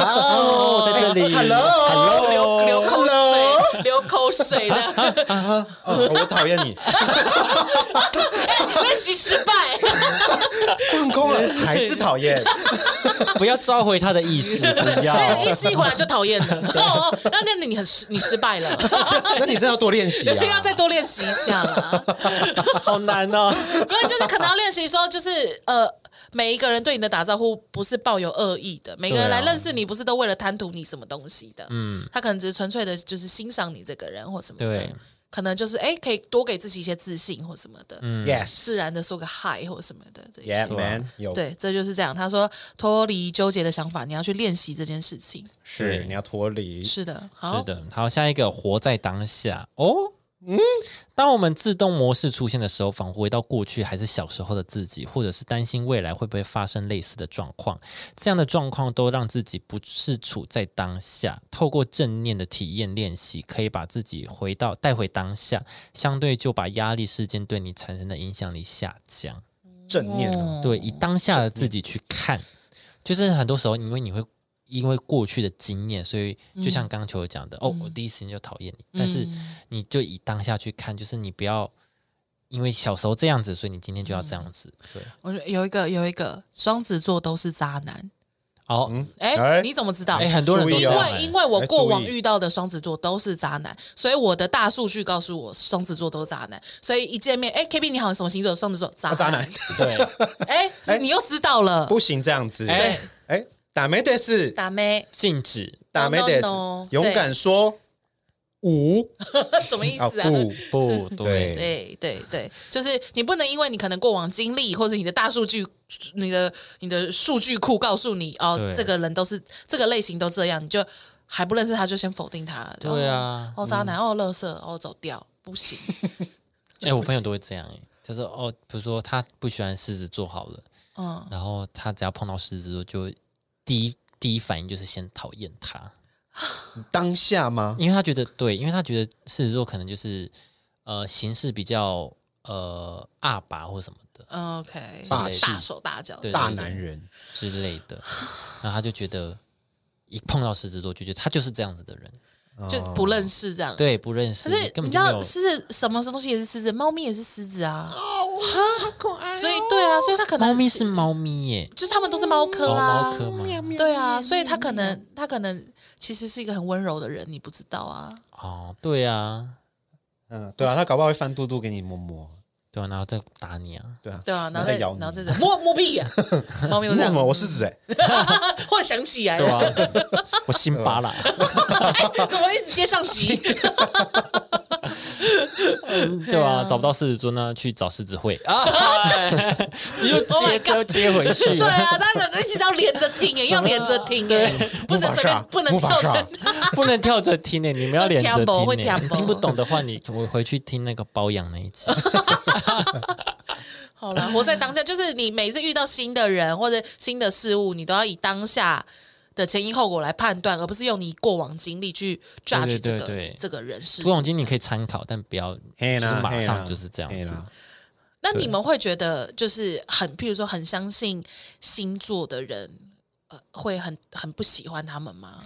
[SPEAKER 1] 哦，在这里
[SPEAKER 2] 哦
[SPEAKER 3] ，Hello，
[SPEAKER 2] 流流口水，流口水的， (laughs) 哎
[SPEAKER 3] 哦，我讨厌你，
[SPEAKER 2] 练习失败。
[SPEAKER 3] 放
[SPEAKER 2] (laughs)
[SPEAKER 3] 空了还是讨厌，
[SPEAKER 1] (laughs) 不要抓回他的意 (laughs) 识，不
[SPEAKER 2] 对，
[SPEAKER 1] 要
[SPEAKER 2] 哎一。试一回来就讨厌了。哦，那那你很失，你失败了，
[SPEAKER 3] 那你真的要多练习
[SPEAKER 2] (laughs) 要
[SPEAKER 3] 啊。
[SPEAKER 2] 再多练习一下啦。
[SPEAKER 1] 好难哦，
[SPEAKER 2] 不是，就是可能要练习说，就是呃，每一个人对你的打招呼不是抱有恶意的，每个人
[SPEAKER 1] 对啊
[SPEAKER 2] 来认识你不是都为了贪图你什么东西的。嗯，他可能只是纯粹的，就是欣赏你这个人或什么的
[SPEAKER 1] 对。
[SPEAKER 2] 可能就是哎，可以多给自己一些自信或什么的，嗯，
[SPEAKER 3] Yes，Yeah
[SPEAKER 2] 自然的说个 hi 或什么的这些。
[SPEAKER 3] man，有
[SPEAKER 2] 对，这就是这样。他说脱离纠结的想法，你要去练习这件事情。
[SPEAKER 3] 是你要脱离，
[SPEAKER 2] 是的，好，
[SPEAKER 1] 是的，好，下一个活在当下哦。嗯，当我们自动模式出现的时候，仿佛回到过去，还是小时候的自己，或者是担心未来会不会发生类似的状况，这样的状况都让自己不是处在当下。透过正念的体验练习，可以把自己回到带回当下，相对就把压力事件对你产生的影响力下降。
[SPEAKER 3] 正念啊，
[SPEAKER 2] 哦
[SPEAKER 1] 对，以当下的自己去看，就是很多时候，因为你会因为过去的经验，所以
[SPEAKER 2] 嗯
[SPEAKER 1] 就像刚球讲的，哦，我第一时间就讨厌你，但是你就以当下去看，就是你不要因为小时候这样子，所以你今天就要这
[SPEAKER 2] 嗯
[SPEAKER 1] 样子，对。
[SPEAKER 2] 我觉得有一个有一个双子座都是渣男，
[SPEAKER 1] 哦，
[SPEAKER 2] 哎、
[SPEAKER 3] 哎
[SPEAKER 2] 你怎么知道？
[SPEAKER 1] 哎、很多人都
[SPEAKER 3] 注
[SPEAKER 1] 这
[SPEAKER 3] 意
[SPEAKER 2] 因
[SPEAKER 3] 哦
[SPEAKER 1] 样
[SPEAKER 2] 为
[SPEAKER 1] 哎
[SPEAKER 2] 因为我
[SPEAKER 3] 来
[SPEAKER 2] 过
[SPEAKER 3] 注
[SPEAKER 2] 往
[SPEAKER 3] 意
[SPEAKER 2] 遇到的双子座都是渣男，所以我的大数据告诉我双子座都是渣男，所以一见面，哎，KB 你好，什么星座？双子座，渣
[SPEAKER 3] 啊渣男，
[SPEAKER 1] 对，
[SPEAKER 2] 哎，
[SPEAKER 3] 哎
[SPEAKER 2] 你又知道了，
[SPEAKER 3] 不行这样子。
[SPEAKER 1] 哎
[SPEAKER 2] 对
[SPEAKER 3] 哎，打没得是，
[SPEAKER 2] 打妹
[SPEAKER 1] 禁止
[SPEAKER 3] 打没得
[SPEAKER 2] No, no, no
[SPEAKER 3] 是，勇敢说五
[SPEAKER 2] (laughs) 什么意
[SPEAKER 3] 啊
[SPEAKER 2] 思啊？
[SPEAKER 3] 不，
[SPEAKER 1] 不对，
[SPEAKER 3] 对
[SPEAKER 2] 对对对，就是你不能因为你可能过往经历或者你的大数据、你的你的数据库告诉你哦
[SPEAKER 1] 对，
[SPEAKER 2] 这个人都是这个类型都这样，你就还不认识他就先否定他。
[SPEAKER 1] 对啊
[SPEAKER 2] 哦，哦渣男，
[SPEAKER 3] 嗯
[SPEAKER 2] 哦，垃圾，哦，走掉，不行。
[SPEAKER 1] 哎、我朋友都会这样、哎，他说哦，比如说他不喜欢狮子座好了，
[SPEAKER 2] 嗯，
[SPEAKER 1] 然后他只要碰到狮子座，就第一第一反应就是先讨厌他，
[SPEAKER 3] 当下吗？
[SPEAKER 1] 因为他觉得对，因为他觉得狮子座可能就是呃行事比较呃阿拔或什么的
[SPEAKER 2] 嗯
[SPEAKER 1] (laughs)
[SPEAKER 2] OK，
[SPEAKER 1] 霸气
[SPEAKER 2] 大手大脚，
[SPEAKER 1] 对
[SPEAKER 3] 大男人，
[SPEAKER 1] 之类
[SPEAKER 2] (sighs)
[SPEAKER 1] 的，然后他就觉得一碰到狮子座就觉得他就是这样子的人，
[SPEAKER 2] 就
[SPEAKER 3] 哦
[SPEAKER 2] 不认识这样。，
[SPEAKER 1] 对，不认识，
[SPEAKER 2] 嗯可是
[SPEAKER 1] 根
[SPEAKER 2] 你
[SPEAKER 1] 本
[SPEAKER 2] 知
[SPEAKER 1] 就没
[SPEAKER 2] 道
[SPEAKER 1] 有
[SPEAKER 2] 狮子什么东西也是狮子，猫咪也是狮子啊，
[SPEAKER 3] 哦
[SPEAKER 2] 所以对啊，所以它可能
[SPEAKER 1] 猫咪是猫咪耶、
[SPEAKER 2] 就是它们都是猫科
[SPEAKER 1] 哦，
[SPEAKER 2] 啊，
[SPEAKER 1] 猫科吗？
[SPEAKER 2] 对啊，所以他可能他可能其实是一个很温柔的人，你不知道啊。
[SPEAKER 1] 哦，对啊，
[SPEAKER 3] 嗯，对啊，他搞不好会翻肚肚给你摸摸，
[SPEAKER 1] 对啊，然后再打你啊，
[SPEAKER 3] 对啊，
[SPEAKER 2] 对啊，然后
[SPEAKER 3] 然后
[SPEAKER 2] 再
[SPEAKER 3] 再咬你
[SPEAKER 2] 然后再这样摸摸屁呀、啊猫咪都
[SPEAKER 3] 摸
[SPEAKER 2] 这
[SPEAKER 3] 什
[SPEAKER 2] 样
[SPEAKER 3] 么？，我是指哎，
[SPEAKER 2] 忽然想起来
[SPEAKER 3] 对
[SPEAKER 1] 啊
[SPEAKER 2] (laughs)
[SPEAKER 3] 吧
[SPEAKER 2] 了，？
[SPEAKER 1] 我心巴
[SPEAKER 2] (laughs)
[SPEAKER 1] 啦。
[SPEAKER 2] 啊怎么一直接上席？
[SPEAKER 1] (laughs) 对啊，找不到狮子座呢，去找狮子
[SPEAKER 2] (laughs)
[SPEAKER 1] 会 (laughs) 啊，你就
[SPEAKER 2] Oh my
[SPEAKER 1] 接都接回去。
[SPEAKER 2] 对啊，他可能一直要连着听耶，要连着听耶，不能随便，不能
[SPEAKER 3] 木
[SPEAKER 2] 跳
[SPEAKER 3] 法
[SPEAKER 2] 着
[SPEAKER 1] (laughs)
[SPEAKER 3] 沙。
[SPEAKER 1] 不能跳着听欸呢，你们要连着
[SPEAKER 2] 会跳
[SPEAKER 1] 听
[SPEAKER 2] 步
[SPEAKER 1] 呢
[SPEAKER 2] 会跳。步
[SPEAKER 1] 听不懂的话，你我回去听那个包养那一集。 (laughs)
[SPEAKER 2] 好了，活在当下，就是你每次遇到新的人或者新的事物，你都要以当下的前因后果来判断，而不是用你过往经历去 judge
[SPEAKER 1] 对
[SPEAKER 2] 这
[SPEAKER 1] 对
[SPEAKER 2] 个
[SPEAKER 1] 对
[SPEAKER 2] 这个人事
[SPEAKER 1] 不过今天你可以参考，但不要
[SPEAKER 3] 嘿
[SPEAKER 1] 就是
[SPEAKER 3] 啦，
[SPEAKER 1] 马上
[SPEAKER 3] 嘿啦
[SPEAKER 1] 就是这样
[SPEAKER 3] 嘿
[SPEAKER 1] 子
[SPEAKER 3] 啦
[SPEAKER 2] 那你们会觉得就是很，譬如说很相信星座的人，呃，会很很不喜欢他们吗？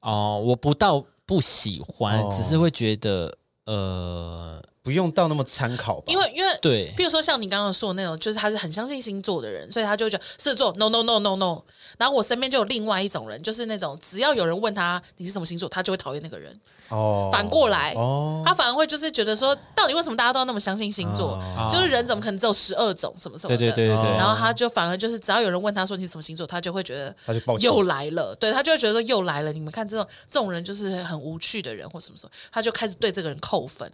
[SPEAKER 1] 哦。我不到不喜欢，
[SPEAKER 3] 哦
[SPEAKER 1] 只是会觉得呃，
[SPEAKER 3] 不用到那么参考吧，
[SPEAKER 2] 因为因为
[SPEAKER 1] 对
[SPEAKER 2] 譬如说像你刚刚说的那种，就是他是很相信星座的人，所以他就会觉得狮子座 no no no no no。然后我身边就有另外一种人，就是那种只要有人问他你是什么星座，他就会讨厌那个人。
[SPEAKER 3] 哦，
[SPEAKER 2] 反过来，
[SPEAKER 3] 哦，
[SPEAKER 2] 他反而会就是觉得说，到底为什么大家都要那么相信星座？
[SPEAKER 3] 哦
[SPEAKER 2] 就是人怎么可能只有十二种什么什么
[SPEAKER 1] 对
[SPEAKER 2] 的？
[SPEAKER 1] 对对对对，
[SPEAKER 2] 然后他就反而就是，只要有人问他说你什么星座，他就会觉得
[SPEAKER 3] 他就暴气
[SPEAKER 2] 又来了，对他就会觉得说又来了。你们看这种这种人就是很无趣的人或什么什么，他就开始对这个人扣分。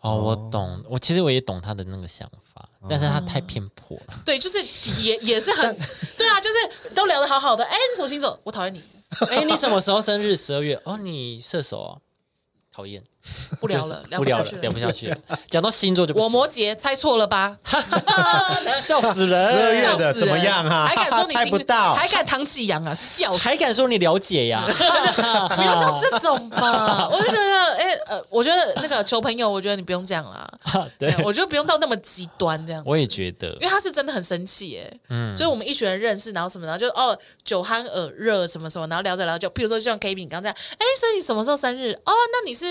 [SPEAKER 1] 哦，我懂，我其实我也懂他的那个想法，但是他太偏颇了。
[SPEAKER 2] 对，就是也也是很对啊，就是都聊得好好的，哎，你什么星座？我讨厌你，
[SPEAKER 1] (laughs) 哎，你什么时候生日？十二月哦，你射手哦，讨厌。
[SPEAKER 2] 不
[SPEAKER 1] (laughs)
[SPEAKER 2] 聊了，
[SPEAKER 1] 不聊
[SPEAKER 2] 下
[SPEAKER 1] 了
[SPEAKER 2] 去，
[SPEAKER 1] 聊
[SPEAKER 2] 了
[SPEAKER 1] 不。下去了。 (laughs) 讲到星座就不
[SPEAKER 2] 我
[SPEAKER 1] 行
[SPEAKER 2] 摩羯猜错
[SPEAKER 1] (laughs)
[SPEAKER 2] 了吧？
[SPEAKER 1] 笑死
[SPEAKER 3] 十二
[SPEAKER 1] 人，
[SPEAKER 3] 月的
[SPEAKER 2] 笑死人
[SPEAKER 3] 怎么样
[SPEAKER 1] 啊
[SPEAKER 3] 哈
[SPEAKER 2] 还敢说
[SPEAKER 1] (laughs)
[SPEAKER 2] 你
[SPEAKER 3] 猜
[SPEAKER 2] 星
[SPEAKER 3] 不到
[SPEAKER 2] 还敢唐启阳啊？笑死！
[SPEAKER 1] 还敢说你了解
[SPEAKER 2] (laughs)
[SPEAKER 1] 呀？
[SPEAKER 2] 不要到这种
[SPEAKER 1] (laughs)
[SPEAKER 2] 吧，我就觉得，哎、呃，我觉得那个求朋友，我觉得你不用这样啦，
[SPEAKER 1] (laughs) 对，
[SPEAKER 2] 我觉得不用到那么极端这样，
[SPEAKER 1] 我也嗯觉得
[SPEAKER 2] 因为他是真的很生气，哎，就是我们一群人认识，然后什么，然后就哦酒酣耳热什么什么，然后聊着聊着就，譬如说就像 K B 你刚才，哎，所以你什么时候生日？哦，那你是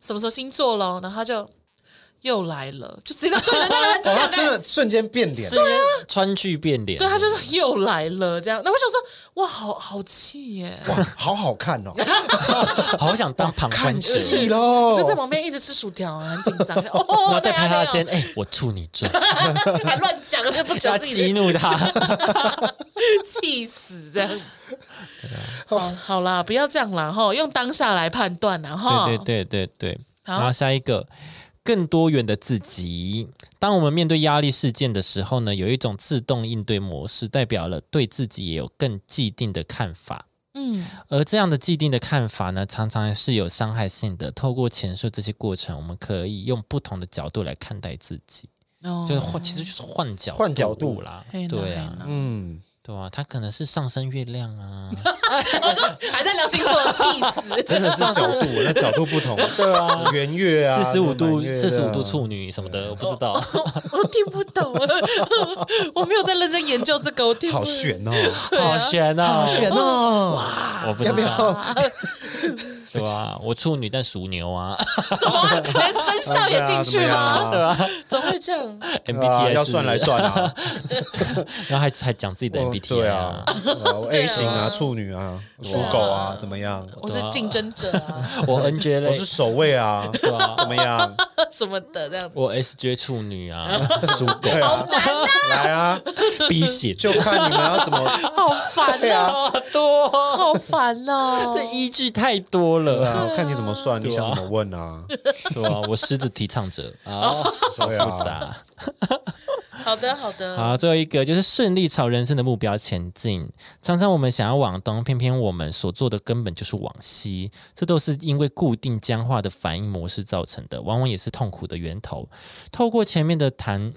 [SPEAKER 2] 什么时候星座咯？然后他就又来了，就直接对着那个
[SPEAKER 3] 哦，
[SPEAKER 2] 人
[SPEAKER 3] 他
[SPEAKER 2] 讲，
[SPEAKER 3] 真
[SPEAKER 2] 哎
[SPEAKER 3] 的瞬间变脸
[SPEAKER 1] 是，因为川剧变脸，
[SPEAKER 2] 啊对啊他就是又来了这样，那我想说，哇，好好气耶，
[SPEAKER 3] 哇，好好
[SPEAKER 2] (laughs)
[SPEAKER 3] 看哦，
[SPEAKER 1] 好想当旁观
[SPEAKER 3] 看
[SPEAKER 1] 者，
[SPEAKER 3] 戏
[SPEAKER 2] 我就在
[SPEAKER 3] 喽，
[SPEAKER 2] 旁边一直吃薯条啊，很紧
[SPEAKER 3] (laughs)
[SPEAKER 2] 张，
[SPEAKER 1] 然后
[SPEAKER 2] 哦，
[SPEAKER 1] 再拍他的肩
[SPEAKER 2] 对啊，，
[SPEAKER 1] 哎，我处女
[SPEAKER 2] (laughs)
[SPEAKER 1] 座，
[SPEAKER 2] 还乱讲，那不
[SPEAKER 1] 要
[SPEAKER 2] 讲自
[SPEAKER 1] 激
[SPEAKER 2] 己
[SPEAKER 1] 怒他。
[SPEAKER 2] (laughs) 的气死这样。
[SPEAKER 1] 啊
[SPEAKER 2] 好，好啦，不要这样啦，哈，用当下来判断啦，哈。
[SPEAKER 1] 对对对对对。
[SPEAKER 2] 哦好
[SPEAKER 1] 然后下一个，更多元的自己。当我们面对压力事件的时候呢，有一种自动应对模式，代表了对自己也有更既定的看法。
[SPEAKER 2] 嗯，
[SPEAKER 1] 而这样的既定的看法呢，常常是有伤害性的。透过前述这些过程，我们可以用不同的角度来看待自己，
[SPEAKER 2] 哦
[SPEAKER 1] 就是换，其实就是换角
[SPEAKER 3] 换角度
[SPEAKER 1] 啦
[SPEAKER 2] 嘿啦，
[SPEAKER 1] 对
[SPEAKER 2] 嘿
[SPEAKER 1] 啊，
[SPEAKER 2] 啦
[SPEAKER 3] 嗯，
[SPEAKER 1] 对啊，他可能是上升月亮啊，
[SPEAKER 2] 我说还在聊星座，气死！
[SPEAKER 3] 真的是角度，那角度不同， (laughs) 对啊，圆月
[SPEAKER 1] (laughs)
[SPEAKER 3] 啊，
[SPEAKER 1] 四十五度
[SPEAKER 3] 那满月的啊啊
[SPEAKER 1] 四十五度，处女什么的，我不知道。
[SPEAKER 2] (laughs)
[SPEAKER 3] 哦
[SPEAKER 1] (laughs)
[SPEAKER 2] 我听不懂，啊 (laughs) 我没有在认真研究这个，我听不
[SPEAKER 3] 好悬哦，
[SPEAKER 2] 对啊
[SPEAKER 1] 悬啊！
[SPEAKER 3] 好悬哦，
[SPEAKER 1] 我不
[SPEAKER 3] 要不
[SPEAKER 1] 知道，
[SPEAKER 3] 要？
[SPEAKER 1] (laughs) 对啊，我处女但属牛
[SPEAKER 3] (laughs)
[SPEAKER 1] 啊
[SPEAKER 2] 什么啊连生肖也进去吗？
[SPEAKER 3] 对啊，
[SPEAKER 2] 怎么会这样？
[SPEAKER 3] 啊
[SPEAKER 1] ，MBTI
[SPEAKER 3] 要算来
[SPEAKER 1] 是，(laughs)
[SPEAKER 3] 算啊，
[SPEAKER 1] 然后还还讲自己的
[SPEAKER 3] 哦对
[SPEAKER 1] MBTI
[SPEAKER 3] 啊
[SPEAKER 1] 啊，，
[SPEAKER 3] 我 A 型啊，
[SPEAKER 2] 对啊
[SPEAKER 3] 处女啊，属
[SPEAKER 1] 啊
[SPEAKER 3] 狗啊，怎么样？
[SPEAKER 2] 我是竞争者
[SPEAKER 1] (laughs)
[SPEAKER 2] 啊，
[SPEAKER 1] 我 NJ
[SPEAKER 3] 我
[SPEAKER 1] 类
[SPEAKER 3] 是，守卫啊，
[SPEAKER 1] (laughs) 对啊
[SPEAKER 3] 怎么样？
[SPEAKER 2] 什么的这样子。
[SPEAKER 1] 我 SJ 处女啊
[SPEAKER 3] (laughs) 属狗啊，来啊，
[SPEAKER 1] ，B 型，
[SPEAKER 3] 就看你们要怎么
[SPEAKER 2] 好烦
[SPEAKER 3] 对
[SPEAKER 2] 哦，
[SPEAKER 3] 啊，
[SPEAKER 1] 多，
[SPEAKER 2] 好烦哦
[SPEAKER 1] (laughs) 这！依据太多
[SPEAKER 3] 对
[SPEAKER 1] 了，
[SPEAKER 3] 啊，我看你怎么算，你想怎么问啊？
[SPEAKER 1] 对啊，我狮子提倡者啊， (laughs) 好
[SPEAKER 3] 对啊
[SPEAKER 1] 复杂。
[SPEAKER 2] 好的，好的，
[SPEAKER 1] 好，最后一个就是顺利朝人生的目标前进。常常我们想要往东，偏偏我们所做的根本就是往西，这都是因为固定僵化的反应模式造成的，往往也是痛苦的源头。透过前面的谈。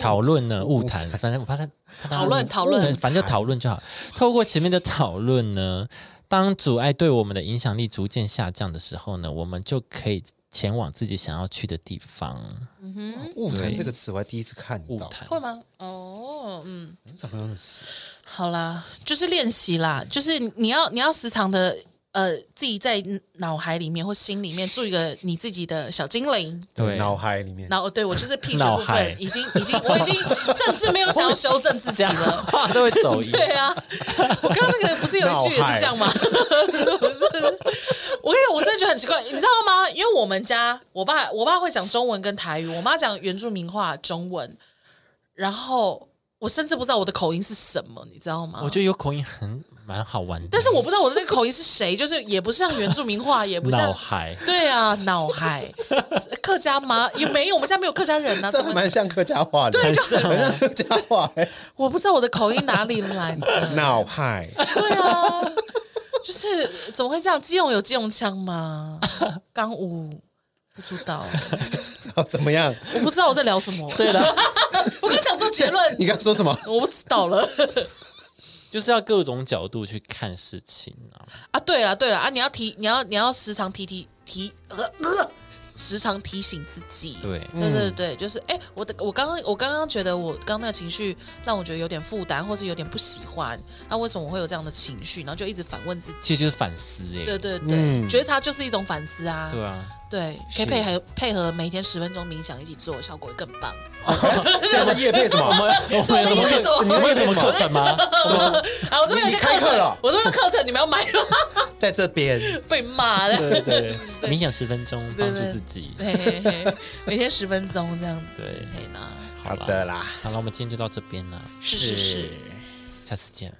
[SPEAKER 1] 讨论呢，误谈，反正我怕他怕他
[SPEAKER 2] 讨论
[SPEAKER 1] 误
[SPEAKER 2] 讨论
[SPEAKER 1] 误反正就讨论就好。透过前面的讨论呢，当阻碍对我们的影响力逐渐下降的时候呢，我们就可以前往自己想要去的地方。
[SPEAKER 2] 嗯哼，
[SPEAKER 3] 误谈
[SPEAKER 1] 对
[SPEAKER 3] 这个词我还第一次看
[SPEAKER 1] 误
[SPEAKER 3] 到，
[SPEAKER 1] 谈
[SPEAKER 2] 会吗？哦，嗯，
[SPEAKER 3] 什么样的词？
[SPEAKER 2] 好啦，就是练习啦，就是你要你要时常的呃，自己在脑海里面或心里面做一个你自己的小精灵。
[SPEAKER 1] 对
[SPEAKER 3] 脑海里面，
[SPEAKER 2] 然后对我就是
[SPEAKER 1] (laughs)
[SPEAKER 2] 屁
[SPEAKER 1] 脑
[SPEAKER 2] 的部
[SPEAKER 1] 海
[SPEAKER 2] 分已经已经我已经
[SPEAKER 1] (laughs)
[SPEAKER 2] 甚至没有想要修正自己
[SPEAKER 1] 讲
[SPEAKER 2] 了。
[SPEAKER 1] 话都会走音。
[SPEAKER 2] 对啊，我刚刚那个不是有一句也是这样吗？ (laughs) 我跟你讲，我真的觉得很奇怪，你知道吗？因为我们家我爸我爸会讲中文跟台语，我妈讲原住民话中文，然后我甚至不知道我的口音是什么，你知道吗？
[SPEAKER 1] 我觉得有口音很蛮好玩的，
[SPEAKER 2] 但是我不知道我的那个口音是谁，就是也不像原住民话，也不
[SPEAKER 1] 脑
[SPEAKER 2] 像。
[SPEAKER 1] 海
[SPEAKER 2] 对啊，脑海客家吗？也没有，我们家没有客家人啊。
[SPEAKER 3] 这
[SPEAKER 2] 怎
[SPEAKER 3] 还
[SPEAKER 2] 么？
[SPEAKER 3] 蛮像客家话的，
[SPEAKER 1] 很
[SPEAKER 3] 很
[SPEAKER 1] 像啊
[SPEAKER 3] 像客家话欸，
[SPEAKER 2] 我不知道我的口音哪里来
[SPEAKER 3] (laughs)
[SPEAKER 2] 的。
[SPEAKER 3] 脑海。
[SPEAKER 2] 对啊，就是怎么会这样？基隆有基隆腔吗？刚武不知道，
[SPEAKER 3] 哦怎么样？
[SPEAKER 2] 我不知道我在聊什么。对了， (laughs) 我刚想做结论，
[SPEAKER 3] 你刚说
[SPEAKER 1] (laughs)
[SPEAKER 3] 什么？
[SPEAKER 2] 我不知道了 (laughs)
[SPEAKER 1] 就是要各种角度去看事情啊。
[SPEAKER 2] 啊。对了对了啊，你要提，你要你要时常提提提呃呃，时常提醒自己。
[SPEAKER 1] 对，
[SPEAKER 2] 对对对，就是哎、我的我刚刚我刚刚觉得我刚刚那个情绪让我觉得有点负担，或是有点不喜欢，那、为什么我会有这样的情绪？然后就一直反问自己。
[SPEAKER 1] 其实就是反思哎、
[SPEAKER 2] 对对对，
[SPEAKER 3] 嗯
[SPEAKER 2] 觉察就是一种反思啊。
[SPEAKER 1] 对啊，
[SPEAKER 2] (laughs) 对，可
[SPEAKER 1] 是
[SPEAKER 2] 以配合配合每天十分钟冥想一起做，效果会更棒。
[SPEAKER 3] 现在叶配什
[SPEAKER 1] 我
[SPEAKER 3] 么？
[SPEAKER 1] 们我们有什么
[SPEAKER 2] 对
[SPEAKER 1] 课
[SPEAKER 2] 我
[SPEAKER 1] 我
[SPEAKER 2] 们
[SPEAKER 1] 们有什
[SPEAKER 3] 什
[SPEAKER 1] 么
[SPEAKER 3] 么
[SPEAKER 1] 课程吗？
[SPEAKER 2] 啊，我这边有
[SPEAKER 3] 你
[SPEAKER 2] 些
[SPEAKER 3] 你开
[SPEAKER 2] 课程
[SPEAKER 3] 课了，
[SPEAKER 2] 我这边有课程，你们要买了
[SPEAKER 3] 在这边，
[SPEAKER 2] 被骂的。
[SPEAKER 1] 对对对，冥想十分钟帮助自己。
[SPEAKER 2] 嘿嘿嘿，每天十分钟这样子。
[SPEAKER 1] 对，
[SPEAKER 2] 可以呢，
[SPEAKER 1] 好
[SPEAKER 3] 好
[SPEAKER 1] 啦
[SPEAKER 3] 的，啦，
[SPEAKER 1] 好了，我们今天就到这边了，
[SPEAKER 2] 是是是，
[SPEAKER 1] 下次见，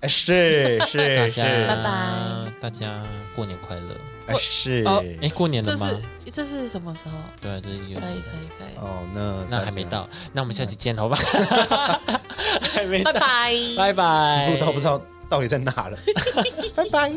[SPEAKER 1] 呃
[SPEAKER 3] 是 (laughs) 呃
[SPEAKER 1] 大
[SPEAKER 3] 是
[SPEAKER 1] 家
[SPEAKER 3] 是
[SPEAKER 2] 拜拜，
[SPEAKER 1] 大家过年快乐。
[SPEAKER 3] 是。
[SPEAKER 2] 哦
[SPEAKER 1] 哎，过年
[SPEAKER 2] 这
[SPEAKER 1] 了吗？
[SPEAKER 2] 是这是什么时候？
[SPEAKER 1] 对，这是有
[SPEAKER 2] 可以嗯可以可以，
[SPEAKER 3] 哦，那
[SPEAKER 1] 那还没，到，那我们下期见，好吧？还没
[SPEAKER 2] 拜
[SPEAKER 1] 到，
[SPEAKER 2] 拜。
[SPEAKER 1] 拜拜，
[SPEAKER 2] (laughs)
[SPEAKER 3] 不知道不知道到底在哪了。拜拜。